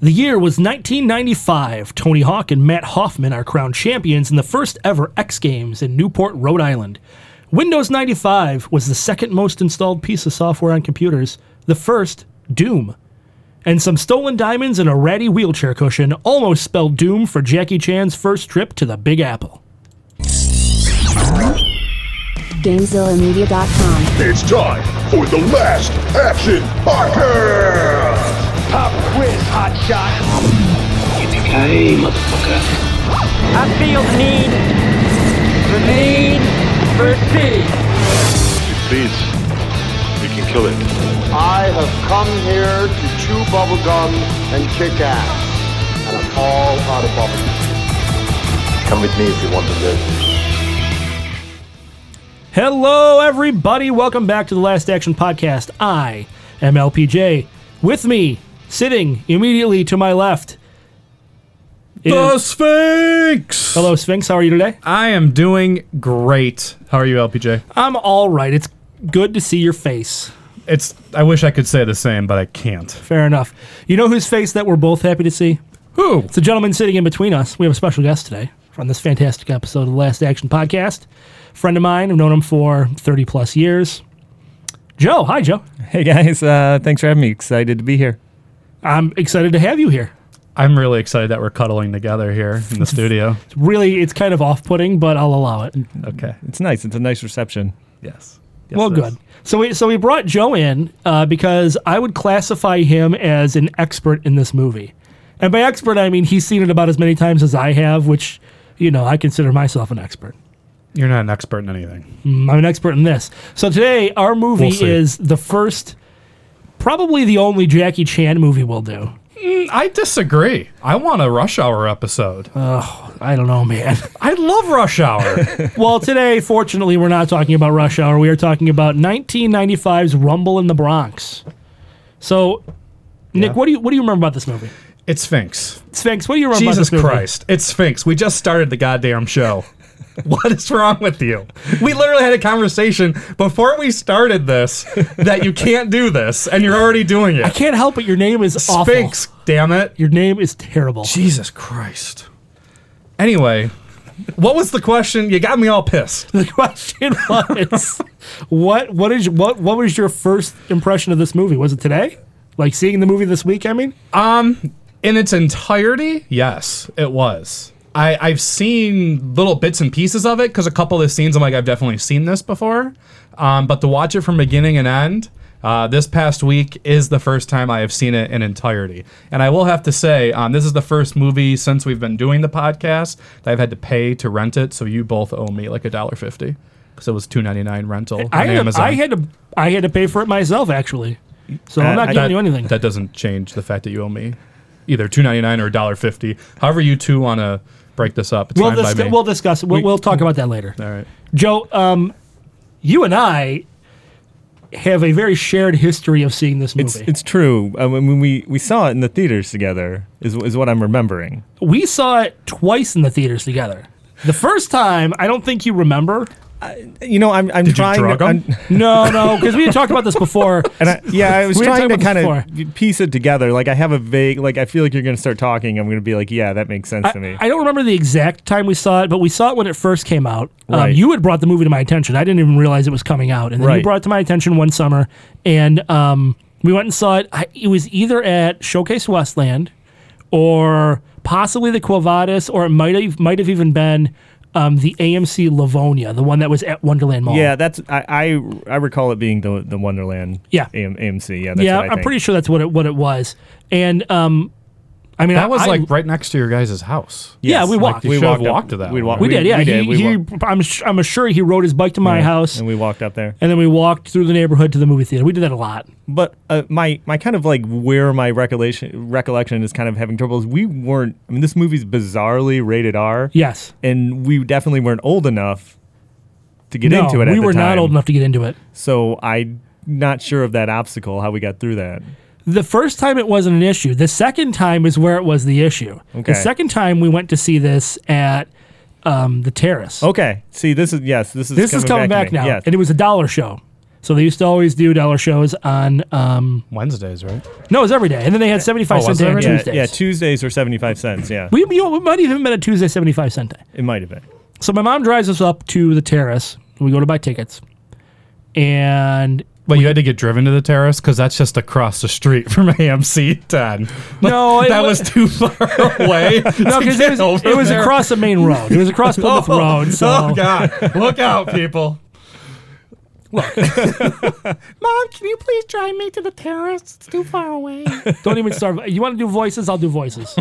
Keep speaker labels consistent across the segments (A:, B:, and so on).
A: The year was 1995. Tony Hawk and Matt Hoffman are crowned champions in the first ever X Games in Newport, Rhode Island. Windows 95 was the second most installed piece of software on computers, the first, Doom. And some stolen diamonds and a ratty wheelchair cushion almost spelled doom for Jackie Chan's first trip to the Big Apple.
B: GamezillaMedia.com.
C: It's time for the last action podcast.
D: Pop quiz, hot shot.
E: Hey, motherfucker.
D: I feel the need, the need for speed.
F: Please, we can kill it.
G: I have come here to chew bubblegum and kick ass. And I'm all out of bubblegum.
F: Come with me if you want to live.
A: Hello, everybody. Welcome back to the Last Action Podcast. I am LPJ. With me, sitting immediately to my left. is-
H: The Sphinx.
A: Hello, Sphinx. How are you today?
H: I am doing great. How are you, LPJ?
A: I'm all right. It's good to see your face.
H: It's. I wish I could say the same, but I can't.
A: Fair enough. You know whose face that we're both happy to see?
H: Who?
A: It's a gentleman sitting in between us. We have a special guest today from this fantastic episode of the Last Action Podcast. Friend of mine. I've known him for 30 plus years. Joe. Hi, Joe.
I: Hey guys, uh, thanks for having me. Excited to be here.
A: I'm excited to have you here.
H: I'm really excited that we're cuddling together here in the studio.
A: Really, it's kind of off putting, but I'll allow it.
H: Okay.
I: It's nice. It's a nice reception.
H: Yes. Yes,
A: Well,
H: it
A: good.
H: is.
A: So we so we brought Joe in uh, because I would classify him as an expert in this movie, and by expert I mean he's seen it about as many times as I have, which you know I consider myself an expert.
H: You're not an expert in anything.
A: Mm, I'm an expert in this. So today our movie
H: We'll see.
A: is the first, probably the only Jackie Chan movie we'll do.
H: Mm, I disagree. I want a rush hour episode.
A: I don't know, man.
H: I love rush hour.
A: well, today fortunately we're not talking about Rush Hour. We are talking about 1995's Rumble in the Bronx. So, Nick, what do you what do you remember about this movie?
H: it's Sphinx.
A: Sphinx, what do you remember about
H: Jesus
A: this movie?
H: Christ. It's Sphinx. We just started the goddamn show. what is wrong with you? We literally had a conversation before we started this that you can't do this, and you're already doing
A: I
H: it.
A: can't help it. Your name is awful.
H: Sphinx, damn it.
A: Your name is terrible.
H: Jesus Christ. Anyway, what was the question? You got me all pissed.
A: The question was, what what is what what was your first impression of this movie? Was it today? Like seeing the movie this week? I mean,
H: In its entirety, yes, it was. I, I've seen little bits and pieces of it because a couple of the scenes I'm like, I've definitely seen this before. Um, but to watch it from beginning and end, uh, this past week is the first time I have seen it in entirety. And I will have to say, um, this is the first movie since we've been doing the podcast that I've had to pay to rent it. So you both owe me like a dollar fifty because it was two ninety nine rental
A: I
H: on
A: had, to,
H: Amazon.
A: I had to I had to pay for it myself actually. So I'm
I: Uh,
A: not
I: I-
A: giving you anything.
H: That doesn't change the fact that you owe me either two ninety nine or a dollar fifty. However, you two want to break this up. It's
A: we'll,
H: fine
A: dis-
H: by me.
A: we'll discuss it. We'll,
H: We-
A: we'll talk about that later.
H: All right.
A: Joe, um, you and I have a very shared history of seeing this movie.
I: It's it's true. Uh, when when we, we saw it in the theaters together is is what I'm remembering.
A: we saw it twice in the theaters together. The first time, I don't think you remember.
I: You know, I'm I'm
H: Did you
I: trying
H: drug
I: to.
H: 'em?
I: I'm-
A: No, no, because we had talked about this before.
I: and I, yeah, I was
A: We were
I: trying to
A: talking
I: kind
A: about this
I: of piece it together. Like I have a vague, like I feel like you're going to start talking. I'm going to be like, yeah, that makes sense to me.
A: I, I don't remember the exact time we saw it, but we saw it when it first came out. Um,
I: Right.
A: you had brought the movie to my attention. I didn't even realize it was coming out, and then you
I: Right.
A: brought it to my attention one summer, and um, we went and saw it. I, it was either at Showcase Westland, or possibly the Quavadas, or it might have might have even been um, the AMC Livonia, the one that was at Wonderland Mall.
I: yeah, that's I, I I recall it being the the Wonderland.
A: Yeah.
I: AM, AMC. Yeah, that's
A: yeah,
I: What I
A: I'm
I: think.
A: pretty sure that's what it what it was, and um, I mean I-
H: That was
A: I-
H: like right next to your guys' house.
A: yeah, we walked.
H: you
I: we
H: should have
I: walked up-
H: walked to that
I: we
H: one.
I: walked-
A: we,
I: we-
A: did, yeah.
I: we did,
A: He,
I: we
A: he,
I: walked.
A: I'm, sh- I'm sure he rode his bike to my
I: Yeah,
A: house,
I: and we walked up there.
A: and then we walked through the neighborhood to the movie theater. We did that a lot.
I: but uh, my my kind of like where my recollection recollection is kind of having trouble is we weren't. I mean, this movie's bizarrely rated R.
A: Yes.
I: and we definitely weren't old enough to get
A: no,
I: into it. At
A: we
I: the
A: were not
I: time.
A: old enough to get into it.
I: so I'm not sure of that obstacle. How we got through that?
A: The first time it wasn't an issue. The second time is where it was the issue.
I: Okay.
A: The second time we went to see this at um, the terrace.
I: Okay, see, this is yes, this is
A: this is coming back,
I: to me.
A: now,
I: Yes.
A: and it was a dollar show. So they used to always do dollar shows on um,
H: Wednesdays, right?
A: no, it was every day, and then they had seventy five
H: Oh,
A: cent
H: was
A: day
H: it
A: on
H: every day?
I: Yeah,
A: Tuesdays.
I: yeah, Tuesdays or 75 cents. Yeah,
A: we, you know, it might even have been a Tuesday seventy five cent day.
I: it might have been.
A: So my mom drives us up to the terrace. We go to buy tickets, and
H: But you had to get driven to the terrace because that's just across the street from AMC 10.
A: No, it
H: that
A: wa-
H: was, too far away.
A: no, because it was, it was across the main road. It was across Plymouth Road. So
H: Oh God! Look out, people! Look, Mom, can you please drive me to the terrace? It's too far away.
A: Don't even start. You want to do voices? I'll do voices.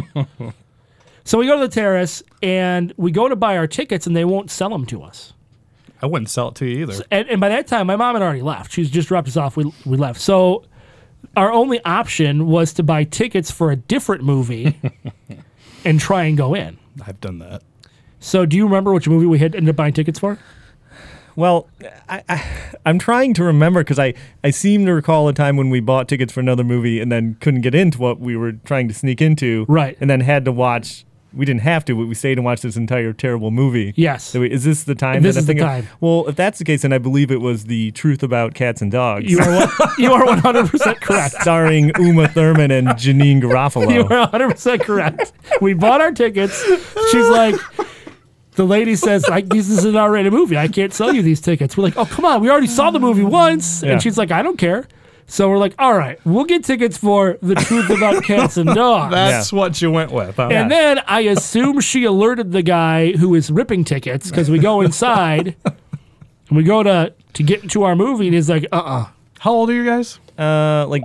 A: so we go to the terrace and we go to buy our tickets, and they won't sell them to us.
H: I wouldn't sell it to you either.
A: And, and by that time, my mom had already left. She's just dropped us off. We, we left. So our only option was to buy tickets for a different movie and try and go in.
H: I've done that.
A: So do you remember which movie we had ended up buying tickets for?
I: Well, I, I, I'm trying to remember because I, I seem to recall a time when we bought tickets for another movie and then couldn't get into what we were trying to sneak into.
A: Right.
I: And then had to watch. We didn't have to, but we stayed and watched this entire terrible movie.
A: Yes.
I: So we- is this the time?
A: This
I: that
A: is
I: I'm
A: the
I: thinking of?
A: time.
I: Well, if that's the case, then I believe it was the truth about cats and dogs,
A: You are one, you are one hundred percent correct.
I: starring Uma Thurman and Janine
A: You
I: Garofalo.
A: were 100% correct. We bought our tickets. She's like, the lady says, like, this is an R-rated movie. I can't sell you these tickets. We're like, oh, come on. We already saw the movie once.
I: Yeah.
A: And she's like, I don't care. So we're like, all right, we'll get tickets for The Truth About Cats and Dogs.
H: That's what you went with. huh?
A: and then I assume she alerted the guy who is ripping tickets because we go inside and we go to, to get into our movie. And he's like, uh-uh.
H: How old are you guys?
I: Uh, like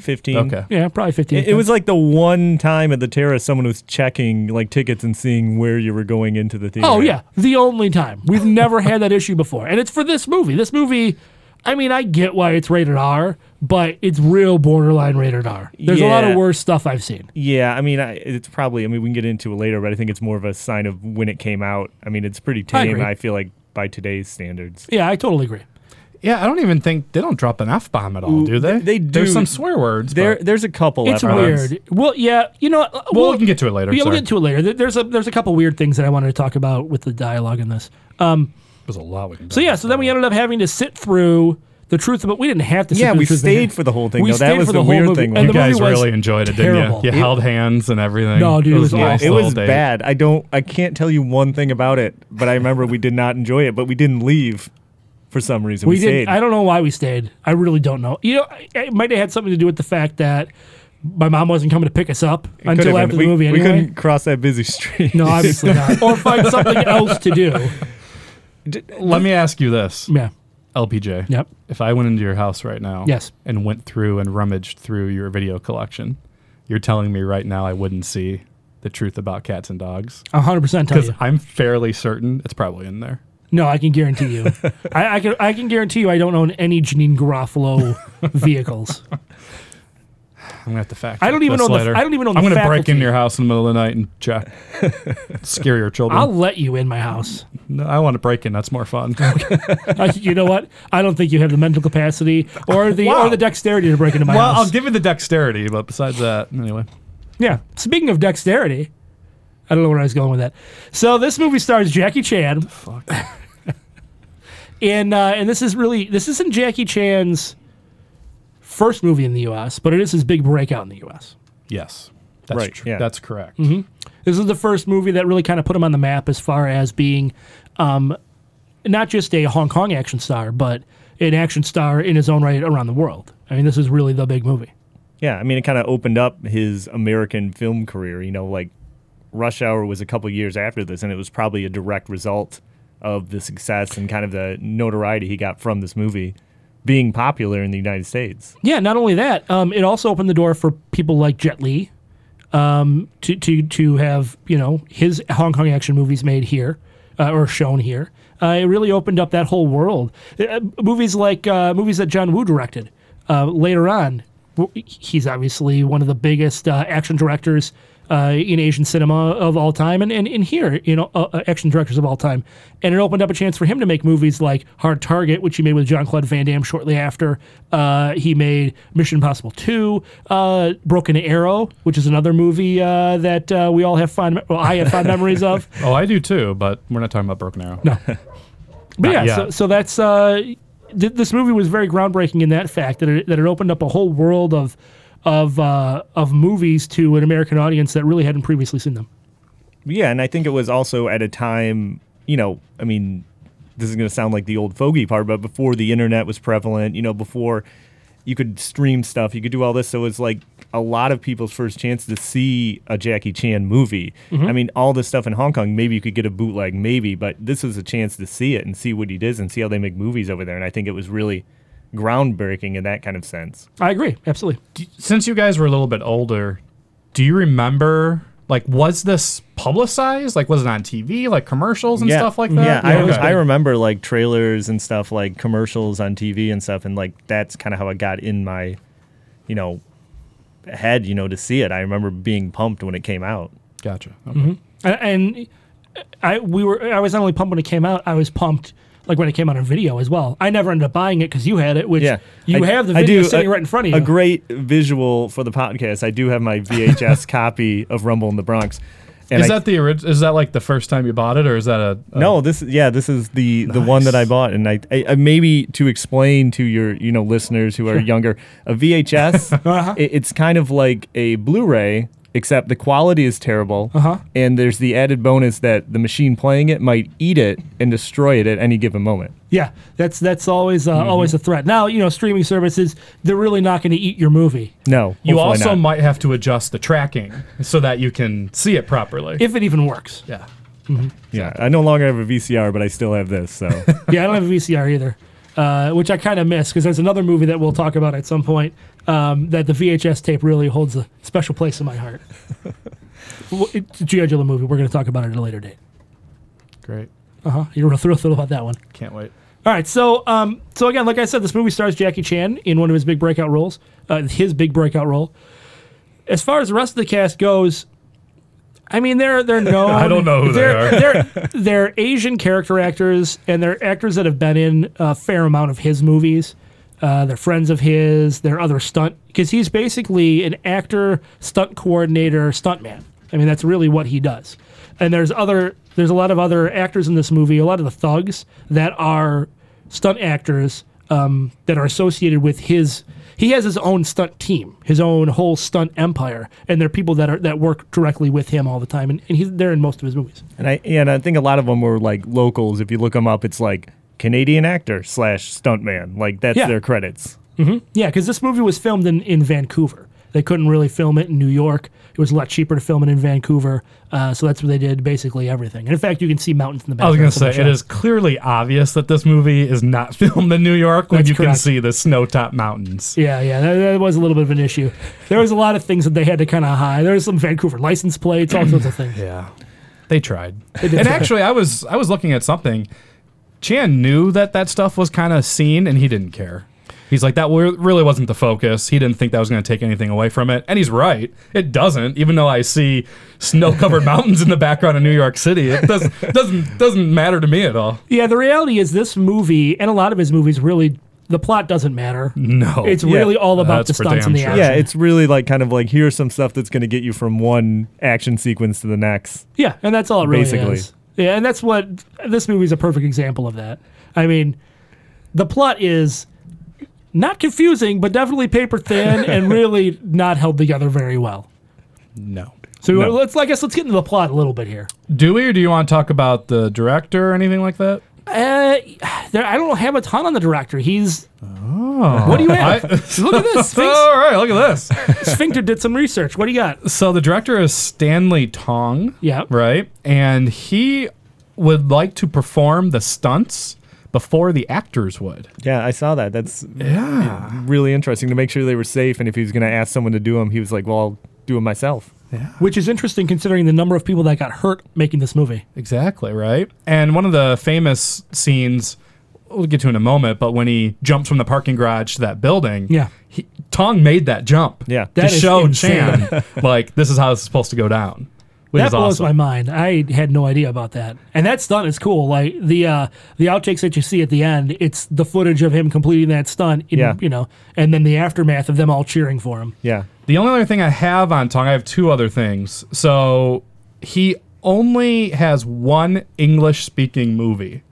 A: 15.
I: 15.
H: Okay.
A: Yeah, probably 15.
I: It, it was like the one time at the terrace someone was checking like tickets and seeing where you were going into the theater.
A: Oh yeah, the only time we've never had that issue before, and it's for this movie. This movie, I mean, I get why it's rated R, but it's real borderline rated R. There's a lot of
I: Yeah.
A: worse stuff I've seen.
I: Yeah, I mean, I, it's probably. I mean, we can get into it later, but I think it's more of a sign of when it came out. I mean, it's pretty
A: I
I: tame.
A: agree.
I: I, feel like by today's standards.
A: Yeah, I totally agree.
H: Yeah, I don't even think they don't drop an f bomb at all, do they?
I: they
H: There's
I: do.
H: some swear words.
I: There,
H: but-
I: there's a couple.
A: It's
I: F-bombs.
A: weird. Well, yeah, you know, uh,
H: Well, we can get to it later,
A: Yeah, we'll
H: sorry.
A: get to it later. There- There's a there's a couple weird things that I wanted to talk about with the dialogue in this. Um,
H: there's a lot. We can
A: so yeah, so then we ended up having to sit through the truth about. We didn't have to. Sit
I: Yeah,
A: through
I: we
A: the Truth
I: stayed
A: About-
I: for the whole thing,
A: We
I: though. That
A: stayed
I: was
A: for
I: the
A: the whole
I: weird
A: moving-
I: thing
A: and
I: when
A: the
H: You guys
A: movie was
H: really enjoyed it,
A: terrible.
H: didn't you? You
A: It-
H: held hands and everything.
A: No, dude, it
H: it
A: was
H: was, a nice
A: awful.
I: It
H: little
I: was
H: date.
I: bad. I don't. I can't tell you one thing about it, but I remember we did not enjoy it. But we didn't leave for some reason. We,
A: We
I: stayed.
A: did. I don't know why we stayed. I really don't know. You know, I- it might have had something to do with the fact that my mom wasn't coming to pick us up
I: Could have
A: until
I: been.
A: after
I: we,
A: the movie.
I: we
A: Anyway.
I: couldn't cross that busy street.
A: No, obviously not. Or find something else to do.
H: Let me ask you this,
A: Yeah.
H: LPJ.
A: Yep.
H: If I went into your house right now,
A: Yes.
H: and went through and rummaged through your video collection, you're telling me right now I wouldn't see the truth about cats and dogs
A: a 100% tell
H: because
A: you.
H: I'm fairly certain it's probably in there.
A: No, I can guarantee you. I, I can I can guarantee you I don't own any Janine Garofalo vehicles.
H: I'm gonna have to fact.
A: I don't
H: check
A: even
H: this
A: know the-
H: later.
A: I don't even know
H: I'm
A: the
H: gonna break
A: faculty.
H: into your house in the middle of the night and check. Scare your children.
A: I'll let you in my house.
H: no, I want to break in. That's more fun.
A: Uh, you know what? I don't think you have the mental capacity or the or
H: Wow.
A: the dexterity to break into my
H: well,
A: house.
H: I'll give you the dexterity, but besides that, anyway.
A: Yeah. Speaking of dexterity, I don't know where I was going with that. So this movie stars Jackie Chan. and uh, and this is really this isn't Jackie Chan's first movie in the U.S., but it is his big breakout in the U.S.
H: Yes. That's
I: Right,
H: tr-
I: yeah.
H: That's correct.
A: Mm-hmm. This is the first movie that really kind of put him on the map as far as being um, not just a Hong Kong action star, but an action star in his own right around the world. I mean, this is really the big movie.
I: Yeah, I mean, it kind of opened up his American film career. You know, like Rush Hour was a couple years after this, and it was probably a direct result of the success and kind of the notoriety he got from this movie being popular in the United States.
A: Yeah, not only that, um, it also opened the door for people like Jet Li um, to, to to have you know his Hong Kong action movies made here uh, or shown here. Uh, it really opened up that whole world. Uh, movies like uh, movies that John Woo directed uh, later on. w- He's obviously one of the biggest uh, action directors uh, in Asian cinema of all time, and and in here, you know, uh, uh, action directors of all time. And it opened up a chance for him to make movies like Hard Target, which he made with Jean Claude Van Damme shortly after. Uh, he made Mission Impossible Two, uh, Broken Arrow, which is another movie uh, that uh, we all have fond, well, I have fond memories of.
H: Oh, I do too, but we're not talking about Broken Arrow.
A: No, but yeah,
H: yet.
A: so, so that's uh, th- this movie was very groundbreaking in that fact that it, that it opened up a whole world of of uh, of movies to an American audience that really hadn't previously seen them.
I: Yeah, and I think it was also at a time, you know, I mean, this is going to sound like the old fogey part, but before the internet was prevalent, you know, before you could stream stuff, you could do all this. So it was like a lot of people's first chance to see a Jackie Chan movie. I mean, all this stuff in Hong Kong, maybe you could get a bootleg, maybe, but this was a chance to see it and see what he does and see how they make movies over there. And I think it was really groundbreaking in that kind of sense.
A: I agree, absolutely.
H: since you guys were a little bit older, do you remember like was this publicized? Like was it on TV, like commercials and stuff like that?
I: Yeah, I,
H: Okay.
I: I remember like trailers and stuff, like commercials on TV and stuff, and like that's kind of how I got in my, you know, head, you know, to see it. I remember being pumped when it came out.
H: gotcha.
I: Mhm.
A: And, and I we were I was not only pumped when it came out, I was pumped like when it came out on video as well. I never ended up buying it because you had it, which
I: Yeah,
A: you
I: I-
A: have the
I: I
A: video
I: do- uh,
A: sitting
I: a-
A: right in front of you.
I: A great visual for the podcast. I do have my VHS copy of Rumble in the Bronx. And
H: Is
I: I-
H: that the original? Is that like the first time you bought it, or is that a, a-
I: no, this is yeah, this is the the one that I bought, and I, I, I maybe to explain to your you know listeners who are younger, a VHS,
H: Uh-huh.
I: it- it's kind of like a Blu-ray, except the quality is terrible, uh-huh. and there's the added bonus that the machine playing it might eat it and destroy it at any given moment.
A: Yeah, that's that's always uh,
I: Mm-hmm.
A: always a threat. Now you know streaming services they're really not going to eat your movie
I: No,
H: You
I: hopefully
H: also
I: not.
H: might have to adjust the tracking so that you can see it properly.
A: if it even works.
H: yeah.
I: yeah, I no longer have a VCR, but I still have this, so
A: yeah, I don't have a VCR either, uh, which I kind of miss because there's another movie that we'll talk about at some point um, that the VHS tape really holds a special place in my heart. Well, it's a G.I. Joe movie. We're going to talk about it at a later date.
H: Great.
A: Uh huh. You're real thrilled about that one.
H: Can't wait.
A: All right, so um, so again, like I said, this movie stars Jackie Chan in one of his big breakout roles, uh, his big breakout role. As far as the rest of the cast goes, I mean, they're they're known.
H: I don't know who they
A: they're,
H: are.
A: They're they're Asian character actors, and they're actors that have been in a fair amount of his movies. Uh, they're friends of his. They're other stunt because he's basically an actor, stunt coordinator, stuntman. I mean, that's really what he does. And there's other there's a lot of other actors in this movie. A lot of the thugs that are stunt actors um, that are associated with his. He has his own stunt team, his own whole stunt empire, and they're people that are that work directly with him all the time, and, and he's they're in most of his movies.
I: And I and I think a lot of them were like locals. If you look them up, it's like Canadian actor slash stuntman. Like that's
A: Yeah.
I: their credits.
A: Yeah, because this movie was filmed in, in Vancouver. They couldn't really film it in New York. It was a lot cheaper to film it in Vancouver, uh, so that's where they did basically everything. And in fact, you can see mountains in the
H: I was
A: background.
H: gonna
A: from the
H: say it
A: shot.
H: is clearly obvious that this movie is not filmed in New York when
A: That's
H: you can
A: correct.
H: see the snow top mountains.
A: Yeah, yeah, that, that was a little bit of an issue. There was a lot of things that they had to kind of hide. There was some Vancouver license plates, all sorts of things.
H: Yeah, they tried.
A: did
H: and
A: try.
H: actually, I was I was looking at something. Chan knew that that stuff was kind of seen, and he didn't care. He's like that wa- really wasn't the focus. He didn't think that was going to take anything away from it, and he's right. It doesn't. Even though I see snow-covered mountains in the background of New York City, it doesn't doesn't doesn't matter to me at all.
A: Yeah, the reality is this movie and a lot of his movies really the plot doesn't matter.
H: No,
A: It's
I: Yeah.
A: really all about
H: Mm-hmm. Uh, That's
A: the
H: for
A: stunts
H: damn
A: and the
H: sure.
A: action.
I: Yeah, it's really like kind of like here's some stuff that's going to get you from one action sequence to the next.
A: Yeah, and that's all it really
I: Basically.
A: is. Yeah, and that's what this movie's a perfect example of that. I mean, the plot is not confusing, but definitely paper thin and really not held together very well.
H: No.
A: So
I: No.
A: let's, I guess, let's get into the plot a little bit here.
H: Do we, or do you want to talk about the director or anything like that?
A: Uh, there, I don't have a ton on the director. He's.
I: Oh.
A: What do you have? Look at this. Sphinx,
H: All right, look at this.
A: Sphincter did some research. What do you got?
H: so the director is Stanley Tong.
A: Yeah.
H: Right, and he would like to perform the stunts before the actors would.
I: Yeah, I saw that. That's
H: Yeah.
I: really interesting to make sure they were safe. And if he was going to ask someone to do them, he was like, "Well, I'll do them myself."
A: Which is interesting considering the number of people that got hurt making this movie.
H: Exactly, right? And one of the famous scenes, we'll get to in a moment, but when he jumps from the parking garage to that building,
A: Yeah.
H: he, Tong made that jump
I: Yeah.
H: to
A: That is
H: show
A: insane.
H: Chan, like, this is how it's supposed to go down. Which
A: that
H: is
A: blows
H: awesome.
A: my mind. I had no idea about that. And that stunt is cool. Like the uh, the outtakes that you see at the end, it's the footage of him completing that stunt. In,
I: Yeah.
A: You know, and then the aftermath of them all cheering for him.
I: Yeah,
H: The only other thing I have on Tong, I have two other things. So he only has one English speaking movie.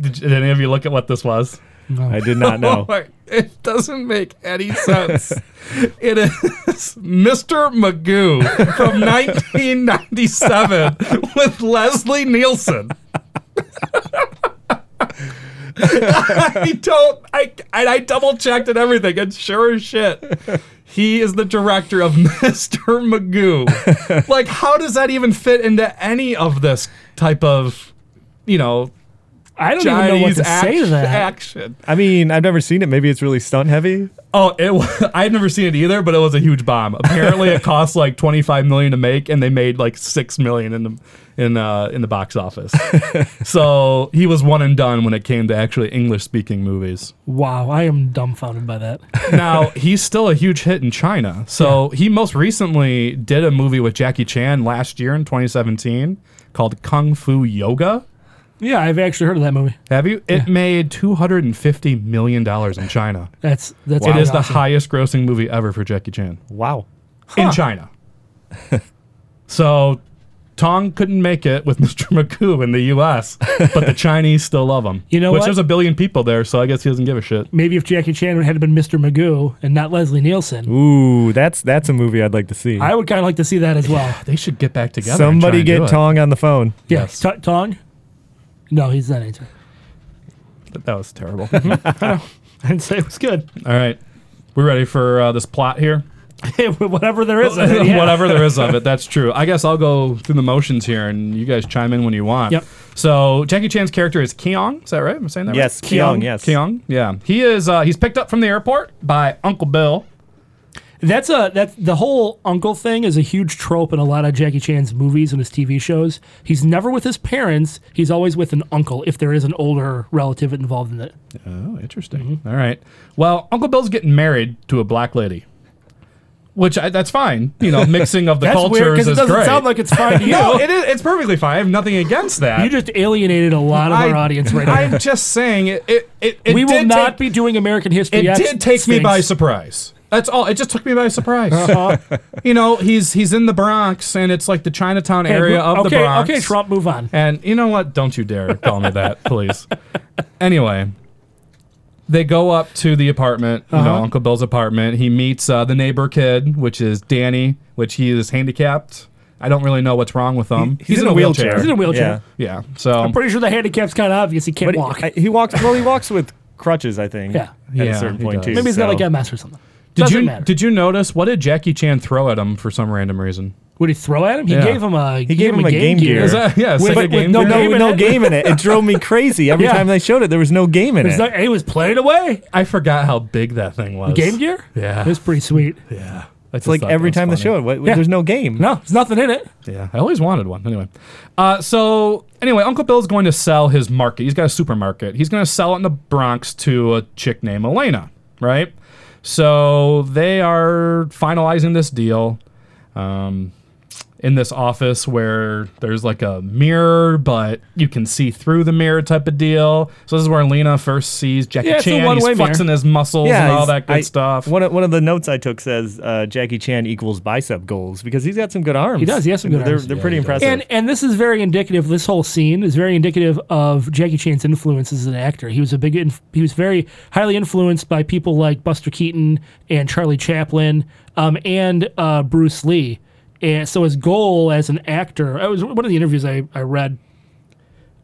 H: Did, did any of you look at what this was?
I: I did not know.
H: It doesn't make any sense. it is Mr. Magoo from 1997 with Leslie Nielsen. I don't. I and I double checked and everything, and sure as shit, he is the director of Mr. Magoo. like, how does that even fit into any of this type of, you know,
A: I don't even know what
H: Chinese
A: to say to
H: act-
A: that.
H: action?
I: I mean, I've never seen it. Maybe it's really stunt heavy.
H: Oh, it was, I had never seen it either, but it was a huge bomb. Apparently, it cost like twenty five million to make, and they made like six million in the in uh, in the box office. so he was one and done when it came to actually English speaking movies.
A: Wow, I am dumbfounded by that.
H: Now he's still a huge hit in China. So he most recently did a movie with Jackie Chan last year in twenty seventeen called Kung Fu Yoga.
A: yeah, I've actually heard of that movie.
H: Have you? It made two hundred and fifty million dollars in China.
A: That's that's
H: It is the
A: awesome.
H: highest grossing movie ever for Jackie Chan.
I: Wow.
H: in China. so Tong couldn't make it with Mr. McCoo in the U.S., but the Chinese still love him.
A: You know
H: which
A: what?
H: there's a billion people there, so I guess he doesn't give a shit.
A: Maybe if Jackie Chan had been Mr. Magoo and not Leslie Nielsen,
I: Ooh, that's that's a movie I'd like to see.
A: I would kind of like to see that as well.
H: They should get back together. and try
I: Somebody
H: and do
I: get
H: it.
I: Tong on the phone.
A: Yeah,
H: Yes.
A: T- Tong. No, he's not into. it.
H: That was terrible.
A: I didn't say it was good.
H: All right, we're ready for uh, this plot here.
A: Whatever there is, of it, yeah.
H: Whatever there is of it, that's true. I guess I'll go through the motions here, and you guys chime in when you want.
A: Yep.
H: So Jackie Chan's character is Keong. Is that right? Am I saying that?
I: Yes,
H: right?
I: Keong, yes.
H: Keong. Yeah. He is. Uh, he's picked up from the airport by Uncle Bill.
A: That's a that's the whole uncle thing is a huge trope in a lot of Jackie Chan's movies and his TV shows. He's never with his parents. He's always with an uncle if there is an older relative involved in it.
H: Oh, interesting.
A: Mm-hmm.
H: All right. Well, Uncle Bill's getting married to a black lady, which I, that's fine. You know, mixing of the
A: That's
H: cultures
A: weird because
H: is
A: it doesn't
H: great.
A: sound like it's fine to you.
H: no, it is. It's perfectly fine. I have nothing against that.
A: you just alienated a lot of
H: I,
A: our audience right now.
H: I'm just saying it. It. It. it
A: we will
H: did
A: not
H: take-
A: be doing American history.
H: It
A: X
H: did take me by
A: things.
H: surprise. That's all. It just took me by surprise.
A: Uh-huh.
H: you know, he's he's in the Bronx, and it's like the Chinatown
A: Okay,
H: area
A: mo-
H: of
A: okay,
H: the Bronx.
A: Okay, Trump, move on.
H: And you know what? Don't you dare call me that, please. Anyway, they go up to the apartment, you know, Uncle Bill's apartment. He meets uh, the neighbor kid, which is Danny, which he is handicapped. I don't really know what's wrong with him.
I: he's in a wheelchair.
A: He's in a wheelchair.
H: Yeah. So
A: I'm pretty sure the handicap's kind of obvious. He can't
I: But he,
A: walk.
I: I- he walks. Well, he walks with crutches, I think.
A: Yeah.
I: At
H: Yeah,
I: a certain
H: he
I: point
H: does.
I: too.
A: Maybe he's
I: so.
A: got like MS or something.
H: did
A: Doesn't
H: you
A: matter.
H: did you notice what did Jackie Chan throw at him for some random reason?
A: Would he throw at him? He
H: Yeah.
A: gave him a he
I: gave him a Game Gear.
H: Is that yeah?
A: With-
H: Sega
A: with
H: Game
A: no
H: Gear?
A: game
I: no,
A: in
I: no
A: it.
I: game in it. It drove me crazy every
A: Yeah.
I: time they showed it. There was no game in
A: It's
I: it.
A: not- he was playing away.
H: I forgot how big that thing was.
A: Game Gear?
H: Yeah.
A: It was pretty sweet.
H: It's
I: It's like every time they show it, what,
A: Yeah.
I: there's no game.
A: No, there's nothing in it.
H: Yeah, I always wanted one. Anyway, uh, so anyway, Uncle Bill's going to sell his market. He's got a supermarket. He's going to sell it in the Bronx to a chick named Elena, right? So they are finalizing this deal um, in this office where there's like a mirror, but you can see through the mirror type of deal. So this is where Elena first sees Jackie
A: Yeah, it's a
H: Chan. He's
A: one-way mirror.
H: flexing his muscles and all
I: he's-
H: that good
I: I-
H: stuff.
I: One of, one of the notes I took says uh, Jackie Chan equals bicep goals because he's got some good arms.
A: He does, he has some good
I: they're,
A: arms.
I: They're pretty impressive.
A: And and this is very indicative. This whole scene is very indicative of Jackie Chan's influence as an actor. He was a big. Inf- he was very highly influenced by people like Buster Keaton and Charlie Chaplin, um, and uh, Bruce Lee. And so his goal as an actor, it was one of the interviews I, I read.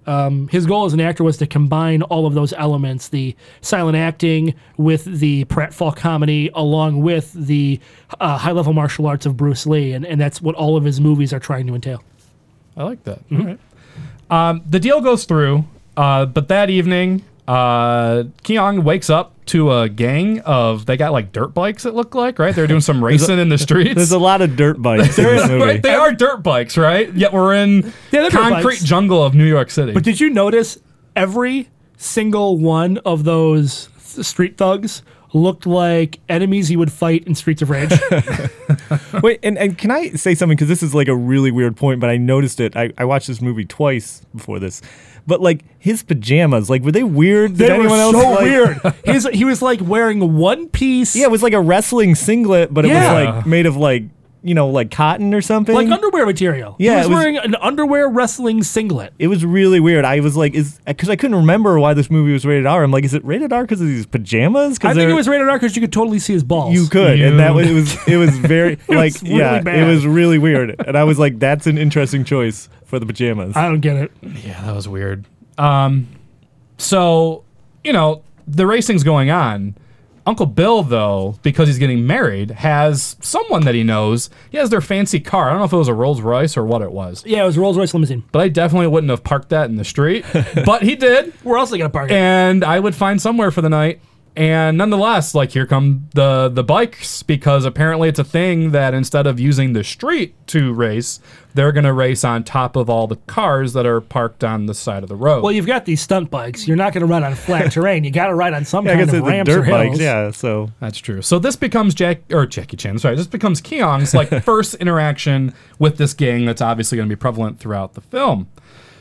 A: Um, his goal as an actor was to combine all of those elements the silent acting with the pratfall comedy, along with the uh, high level martial arts of Bruce Lee. And, and that's what all of his movies are trying to entail.
H: I like that. All right. Um, the deal goes through, uh, but that evening, uh, Keong wakes up to a gang of they got like dirt bikes. It looked like right. They're doing some racing in the streets.
I: There's a lot of dirt bikes in this movie.
H: Right, they are dirt bikes, right? Yet we're in
A: Yeah, they're dirt
H: concrete
A: bikes.
H: jungle of New York City.
A: But did you notice every single one of those th- street thugs looked like enemies you would fight in Streets of Rage?
I: Wait, and, and can I say something? Because this is like a really weird point, but I noticed it. I, I watched this movie twice before this. But like his pajamas, like were they weird? Did
A: they were
I: anyone else,
A: so
I: like-
A: weird. His, he was like wearing one piece.
I: Yeah, it was like a wrestling singlet, but it
A: Yeah.
I: was like made of like you know, like cotton or something.
A: like underwear material.
I: Yeah,
A: he was,
I: it was-
A: wearing an underwear wrestling singlet.
I: it was really weird. I was like, is because I couldn't remember why this movie was rated R. I'm like, is it rated R because of these pajamas?
A: I
I: Because
A: think it was rated R because you could totally see his balls.
I: You could,
H: You-
I: and that was it was it was very
A: was
I: like
A: really
I: yeah,
A: bad.
I: it was really weird. And I was like, that's an interesting choice for the pajamas.
A: I don't get it.
H: Yeah, that was weird. Um, so you know the racing's going on. Uncle Bill, though, because he's getting married, has someone that he knows. He has their fancy car. I don't know if it was a Rolls Royce or what it was,
A: Yeah, it was Rolls Royce limousine.
H: but I definitely wouldn't have parked that in the street. but he did,
A: Where else are they gonna park it?
H: and I would find somewhere for the night. And nonetheless, like here come the the bikes because apparently it's a thing that instead of using the street to race, they're gonna race on top of all the cars that are parked on the side of the road.
A: Well, you've got these stunt bikes. You're not gonna run on flat terrain. You got to ride on some
I: I
A: kind
I: guess
A: of
I: it's a
A: ramps or
I: dirt
A: hills.
I: bike. Yeah, so
H: That's true. So this becomes Jack or Jackie Chan. Sorry, this becomes Keong's like first interaction with this gang. That's obviously going to be prevalent throughout the film.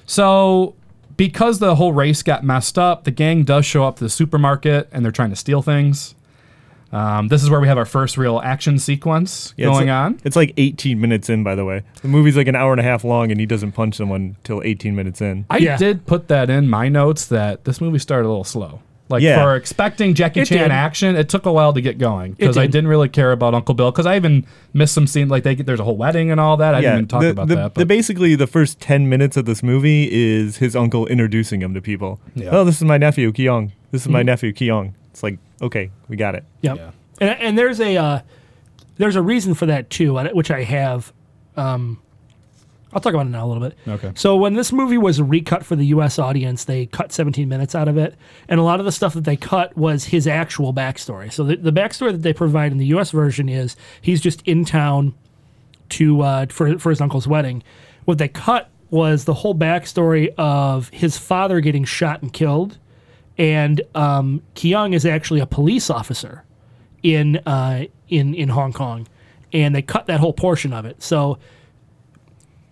H: So because the whole race got messed up, the gang does show up to the supermarket and they're trying to steal things. Um, this is where we have our first real action sequence
I: Yeah, it's
H: going
I: like-
H: on.
I: It's like 18 minutes in, by the way. The movie's like an hour and a half long, and he doesn't punch someone till 18 minutes in.
H: I
A: Yeah.
H: did put that in my notes that this movie started a little slow. Like
I: Yeah.
H: for expecting Jackie
A: It
H: Chan
A: did.
H: action, it took a while to get going because I
A: did.
H: didn't really care about Uncle Bill because I even missed some scene like they get, there's a whole wedding and all that. I didn't even talk
I: the,
H: about
I: the-
H: that.
I: the
H: But
I: basically the first 10 minutes of this movie is his uncle introducing him to people.
H: Yeah. Mm.
I: Oh, this is my nephew Keong. This is my nephew Keong. It's like okay, we got it.
A: Yep.
H: Yeah.
A: And, and there's a uh, there's a reason for that too, and- which I have. Um, I'll talk about it now a little bit.
H: Okay.
A: So when this movie was recut for the U.S. audience, they cut 17 minutes out of it, and a lot of the stuff that they cut was his actual backstory. So the, the backstory that they provide in the U.S. version is he's just in town to uh, for for his uncle's wedding. What they cut was the whole backstory of his father getting shot and killed, and um, Keong is actually a police officer in uh, in in Hong Kong, and they cut that whole portion of it. So,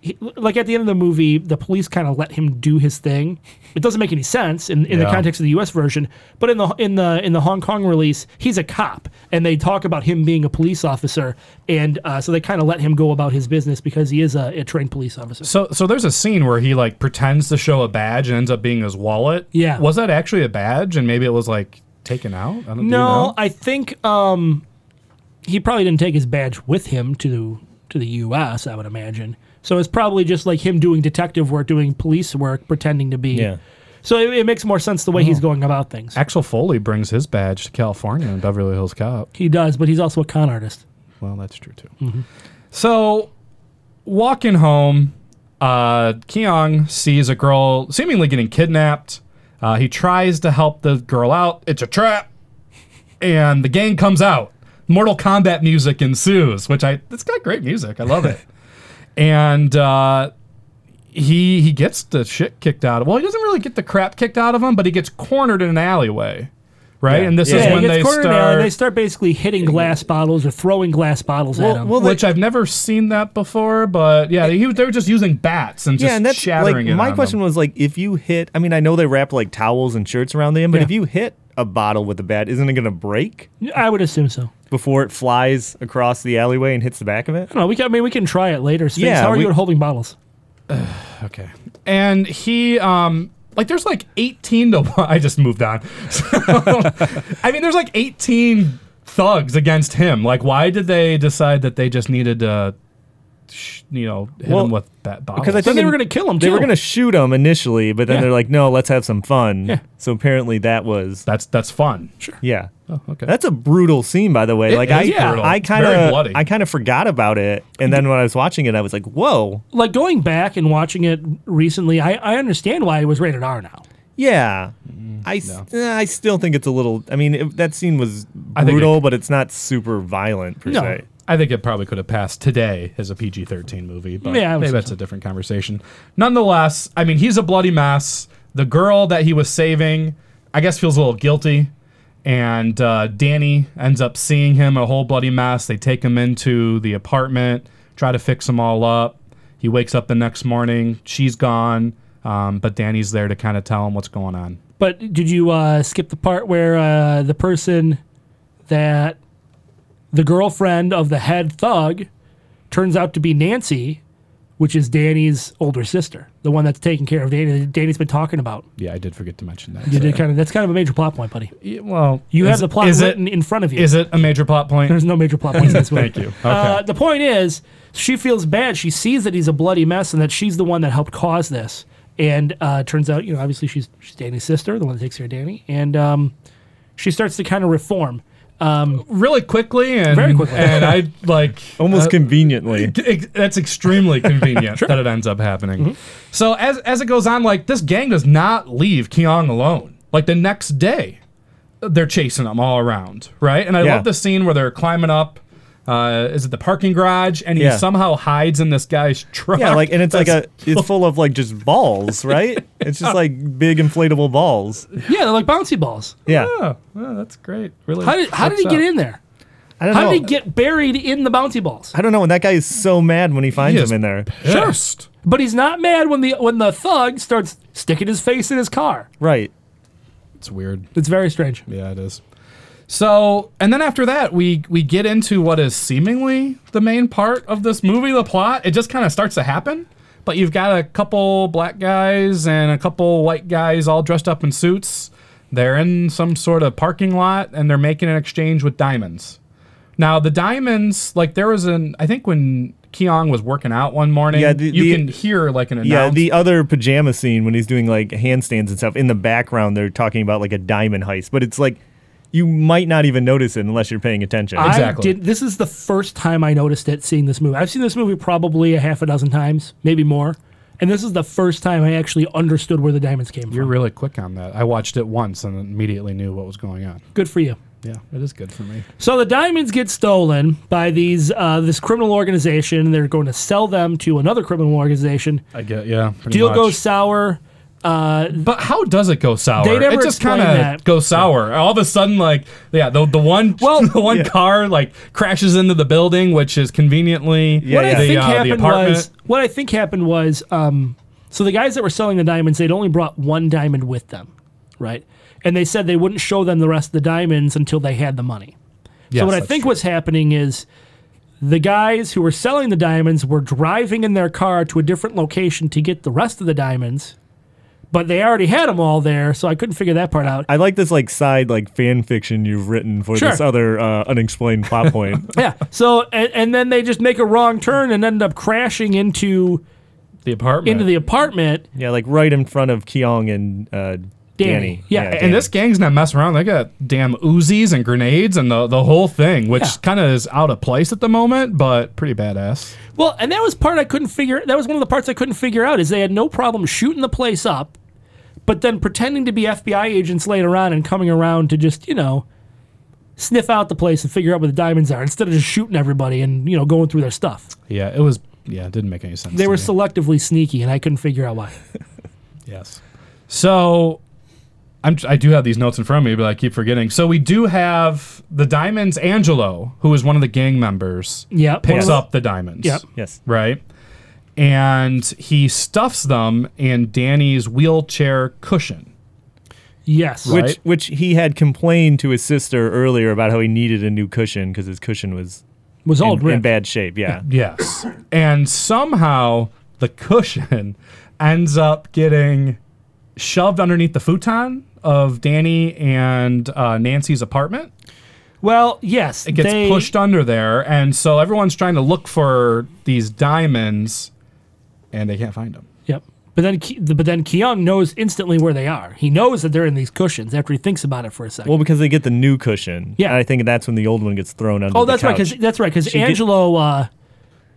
A: he, like at the end of the movie, the police kind of let him do his thing. It doesn't make any sense in, in the
H: Yeah.
A: context of the U.S. version, but in the in the in the Hong Kong release, he's a cop, and they talk about him being a police officer, and uh, so they kind of let him go about his business because he is a, a trained police officer.
H: so so there's a scene where he like pretends to show a badge and ends up being his wallet.
A: Yeah.
H: was that actually a badge and maybe it was like taken out? I don't do you
A: No,
H: know?
A: I think um, he probably didn't take his badge with him to to the U.S. I would imagine. So it's probably just like him doing detective work, doing police work, pretending to be.
I: Yeah.
A: So it, it makes more sense the way
H: Uh-huh.
A: he's going about things.
H: Axel Foley brings his badge to California in Beverly Hills Cop.
A: He does, but he's also a con artist.
H: Well, that's true too. So, walking home, uh, Keong sees a girl seemingly getting kidnapped. Uh, he tries to help the girl out. It's a trap, and the gang comes out. Mortal Kombat music ensues, which I it's got great music. I love it. and uh, he he gets the shit kicked out of. Well, he doesn't really get the crap kicked out of him, but he gets cornered in an alleyway, right? And this
I: Yeah,
H: is
I: he
H: when
A: he gets
H: they
A: cornered
H: start.
A: now, and they start basically hitting glass bottles or throwing glass bottles at him.
H: uh, which I've never seen that before, but yeah, he, was- they were just using bats and just
I: yeah, and that's like
H: shattering it.
I: my
H: on
I: question
H: them.
I: was like if you hit. I mean, I know they wrap like towels and shirts around the end, but
A: Yeah.
I: if you hit a bottle with a bat, isn't it going to break
A: I would assume so.
I: before it flies across the alleyway and hits the back of it?
A: I don't know. We can, I mean, we can try it later. Sphinx,
I: Yeah,
A: how are
I: we-
A: you at holding bottles?
H: okay, and he um. Like there's like 18 to one. I just moved on. So, I mean, there's like 18 thugs against him. Like, why did they decide that they just needed to, sh- you know, hit
I: Well,
H: him with bat bottles?
I: Because I think
A: they were
I: in-
A: gonna kill him,
I: They
A: too.
I: were going to shoot him initially, but then
H: Yeah.
I: they're like, "No, let's have some fun."
H: Yeah.
I: So apparently that was
H: that's that's fun. Sure.
I: yeah.
H: Oh, okay.
I: That's a brutal scene, by the way.
H: It
I: like
H: is
I: I,
H: brutal.
I: I kind
H: Very bloody.
I: of, I kind of forgot about it, and then when I was watching it, I was like, "Whoa,
A: Like going back and watching it recently, I, I understand why it was rated R now.
I: yeah."
H: Mm,
I: I, s- eh, I still think it's a little. I mean, it, that scene was
H: I think
I: brutal, but it's not super violent per
A: No.
I: se.
H: I think it probably could have passed today as a PG 13 movie, but
A: Yeah, I would
H: maybe
A: say
H: that's a different conversation. Nonetheless, I mean, he's a bloody mess. The girl that he was saving, I guess, feels a little guilty. And uh, Danny ends up seeing him a whole bloody mess. They take him into the apartment, try to fix him all up. He wakes up the next morning. She's gone, um, but Danny's there to kind of tell him what's going on.
A: But did you uh, skip the part where uh, the person that the girlfriend of the head thug turns out to be Nancy, which is Danny's older sister, the one that's taking care of Danny. that Danny's been talking about.
H: Yeah, I did forget to mention that.
A: You did kind of that's kind of a major plot point, buddy.
H: Yeah, well,
A: You
H: is
A: have
H: it-
A: the plot
H: is
A: written
H: It,
A: in front of you.
H: is it a major plot point?
A: There's no major plot points in this movie.
H: Thank you.
A: Uh,
H: Okay.
A: the point is, she feels bad. She sees that he's a bloody mess and that she's the one that helped cause this. And uh, turns out, you know, obviously she's, she's Danny's sister, the one that takes care of Danny. And um, she starts to kind of reform.
H: really quickly and
A: Very quickly.
H: and I like
I: Almost
H: uh,
I: conveniently.
H: ex- that's extremely convenient that it ends up happening.
I: Mm-hmm.
H: So as as it goes on, like this gang does not leave Keong alone. Like the next day, they're chasing them all around, right? And I
I: Yeah.
H: love the scene where they're climbing up. Uh, is it the parking garage? And he
I: Yeah.
H: somehow hides in this guy's truck.
I: Yeah, like and it's like a
H: That's-
I: it's full of like just balls, right? It's just like big inflatable balls.
A: Yeah, they're like bouncy balls.
I: Yeah.
H: Oh, oh, that's great. Really?
A: How did, how did
H: works
A: he get
H: out.
A: in there?
I: I don't
A: How
I: know.
A: did he get buried in the bouncy balls?
I: I don't know, and that guy is so mad when he finds
H: He
I: him
H: is
I: in there.
H: Pissed.
A: But he's not mad when the when the thug starts sticking his face in his car.
I: Right.
H: It's weird.
A: It's very strange.
H: Yeah, it is. So, and then after that, we we get into what is seemingly the main part of this movie, the plot. It just kind of starts to happen. But you've got a couple black guys and a couple white guys all dressed up in suits. They're in some sort of parking lot and they're making an exchange with diamonds. Now, the diamonds, like there was an I think when Keong was working out one morning,
I: Yeah, the-
H: you
I: the-
H: can hear like an
I: Yeah,
H: announcement.
I: the other pajama scene when he's doing like handstands and stuff in the background, they're talking about like a diamond heist, but it's like you might not even notice it unless you're paying attention.
A: I
H: Exactly.
A: did- this is the first time I noticed it seeing this movie. I've seen this movie probably a half a dozen times, maybe more. And this is the first time I actually understood where the diamonds came
H: You're
A: from.
H: really quick on that. I watched it once and immediately knew what was going on.
A: Good for you.
H: Yeah, it is good for me.
A: So the diamonds get stolen by these uh, this criminal organization. and They're going to sell them to another criminal organization.
H: I get yeah. pretty
A: Deal
H: much.
A: goes sour.
H: but how does it go sour?
A: They never
H: it just
A: explain
H: kind of
A: that.
H: goes sour. All of a sudden, like yeah, the the one
A: Well-
H: the one car like crashes into the building, which is conveniently
I: Yeah,
A: what I
I: yeah.
H: the,
A: think
H: uh, the
A: happened
H: apartment.
A: was what I think happened was um, so the guys that were selling the diamonds they'd only brought one diamond with them, right? And they said they wouldn't show them the rest of the diamonds until they had the money.
H: Yes,
A: so what I
H: that's
A: think
H: true.
A: was happening is the guys who were selling the diamonds were driving in their car to a different location to get the rest of the diamonds, but they already had them all there, so I couldn't figure that part out.
I: I like this like side like fan fiction you've written for
A: Sure.
I: this other uh, unexplained plot point.
A: yeah. So and, and then they just make a wrong turn and end up crashing into
H: the apartment
A: into the apartment.
I: yeah, like right in front of Keong and uh, Danny.
A: Yeah, and
I: Danny.
H: and this gang's not messing around. They got damn Uzis and grenades and the, the whole thing, which
A: Yeah.
H: kind of is out of place at the moment, but pretty badass.
A: Well, and that was part I couldn't figure. That was one of the parts I couldn't figure out is they had no problem shooting the place up, but then pretending to be FBI agents later on and coming around to just you know sniff out the place and figure out where the diamonds are instead of just shooting everybody and you know going through their stuff.
H: Yeah, it was. Yeah, it didn't make any sense.
A: They
H: to
A: were
H: me.
A: selectively sneaky, and I couldn't figure out why.
H: Yes. So I'm, I do have these notes in front of me, but I keep forgetting. So we do have the diamonds. Angelo, who is one of the gang members,
A: Yep.
H: picks
A: One of
H: up the diamonds.
A: Yep.
I: yes.
H: Right. And he stuffs them in Danny's wheelchair cushion.
A: Yes,
H: Right.
I: Which, which he had complained to his sister earlier about how he needed a new cushion because his cushion was
A: was all
I: in, in
A: ripped.
I: bad shape. Yeah.
H: Yes. and somehow the cushion ends up getting shoved underneath the futon of Danny and uh, Nancy's apartment.
A: Well, yes,
H: it gets
A: they-
H: pushed under there, and so everyone's trying to look for these diamonds, and they can't find them.
A: Yep. But then, Ki- but then Kyung knows instantly where they are. He knows that they're in these cushions after he thinks about it for a second.
I: Well, because they get the new cushion.
A: Yeah.
I: And I think that's when the old one gets thrown under
A: Oh,
I: the
A: that's right. Cause,
I: couch.
A: that's right. Because
I: She did-
A: Angelo, uh,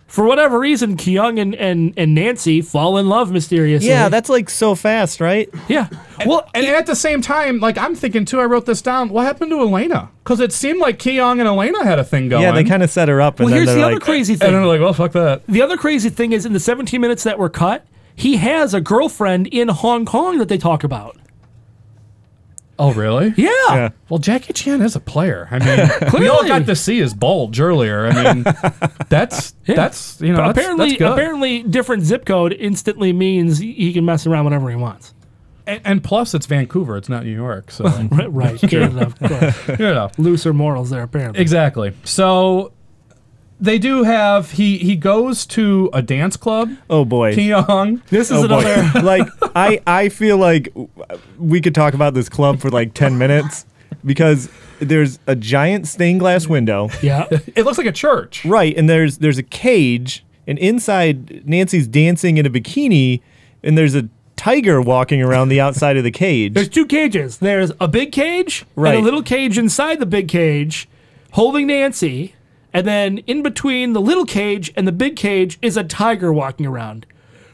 A: for whatever reason, Kyung and, and, and Nancy fall in love mysteriously.
I: yeah, that's like so fast, right?
A: yeah. Well,
H: And at the same time, like I'm thinking too, I wrote this down. What happened to Elena? Because it seemed like Keong and Elena had a thing going.
I: Yeah, they kind of set her up, and
A: well.
I: then
A: Here's
I: they're
A: the other
I: like,
A: crazy
H: And they're
A: thing.
H: like, well, fuck that.
A: The other crazy thing is in the 17 minutes that were cut, he has a girlfriend in Hong Kong that they talk about.
H: Oh, really?
A: Yeah.
I: Yeah.
H: Well, Jackie Chan is a player. I mean, we all
A: Clearly.
H: got to see his bulge earlier. I mean, that's that's you know that's-
A: apparently,
H: that's good.
A: apparently, different zip code instantly means he can mess around whenever he wants.
H: and, and plus it's Vancouver. It's not New York, so you
A: Right, right. Canada, of course.
H: know.
A: Looser morals there, apparently.
H: Exactly. So they do have he he goes to a dance club.
I: Oh boy.
H: Kyung.
A: This is
I: Oh, boy.
A: another.
I: like I, I feel like we could talk about this club for like ten minutes because there's a giant stained glass window,
A: Yeah.
H: It looks like a church.
I: right? And there's there's a cage, and inside Nancy's dancing in a bikini, and there's a tiger walking around the outside of the
A: There's
I: cage.
A: two cages. There's a big cage and
I: Right.
A: a little cage inside the big cage holding Nancy. And then in between the little cage and the big cage is a tiger walking around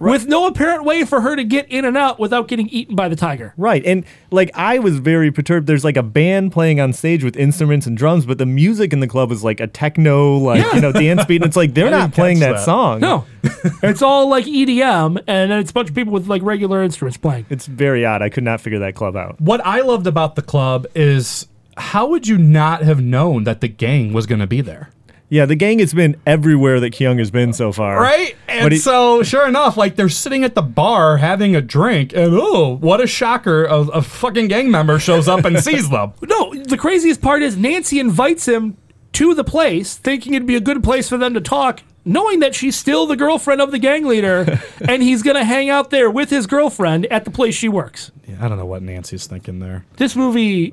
A: with no apparent way for her to get in and out without getting eaten by the tiger.
I: Right, and like I was very perturbed. There's like a band playing on stage with instruments and drums, but the music in the club is like a techno, like
A: Yeah.
I: you know, dance beat. And it's like they're
H: didn't
I: not playing
H: catch
I: that,
H: that.
I: song.
A: No. it's all like EDM and it's a bunch of people with like regular instruments playing.
I: it's very odd. I could not figure that club out.
H: What I loved about the club is how would you not have known that the gang was going to be there?
I: Yeah, the gang has been everywhere that Kyung has been so far.
H: Right? And
I: But he-
H: so, sure enough, like they're sitting at the bar having a drink, and oh, what a shocker! A, a fucking gang member shows up and sees them.
A: No, the craziest part is Nancy invites him to the place, thinking it'd be a good place for them to talk, knowing that she's still the girlfriend of the gang leader, and he's gonna hang out there with his girlfriend at the place she works.
H: Yeah, I don't know what Nancy's thinking there.
A: This movie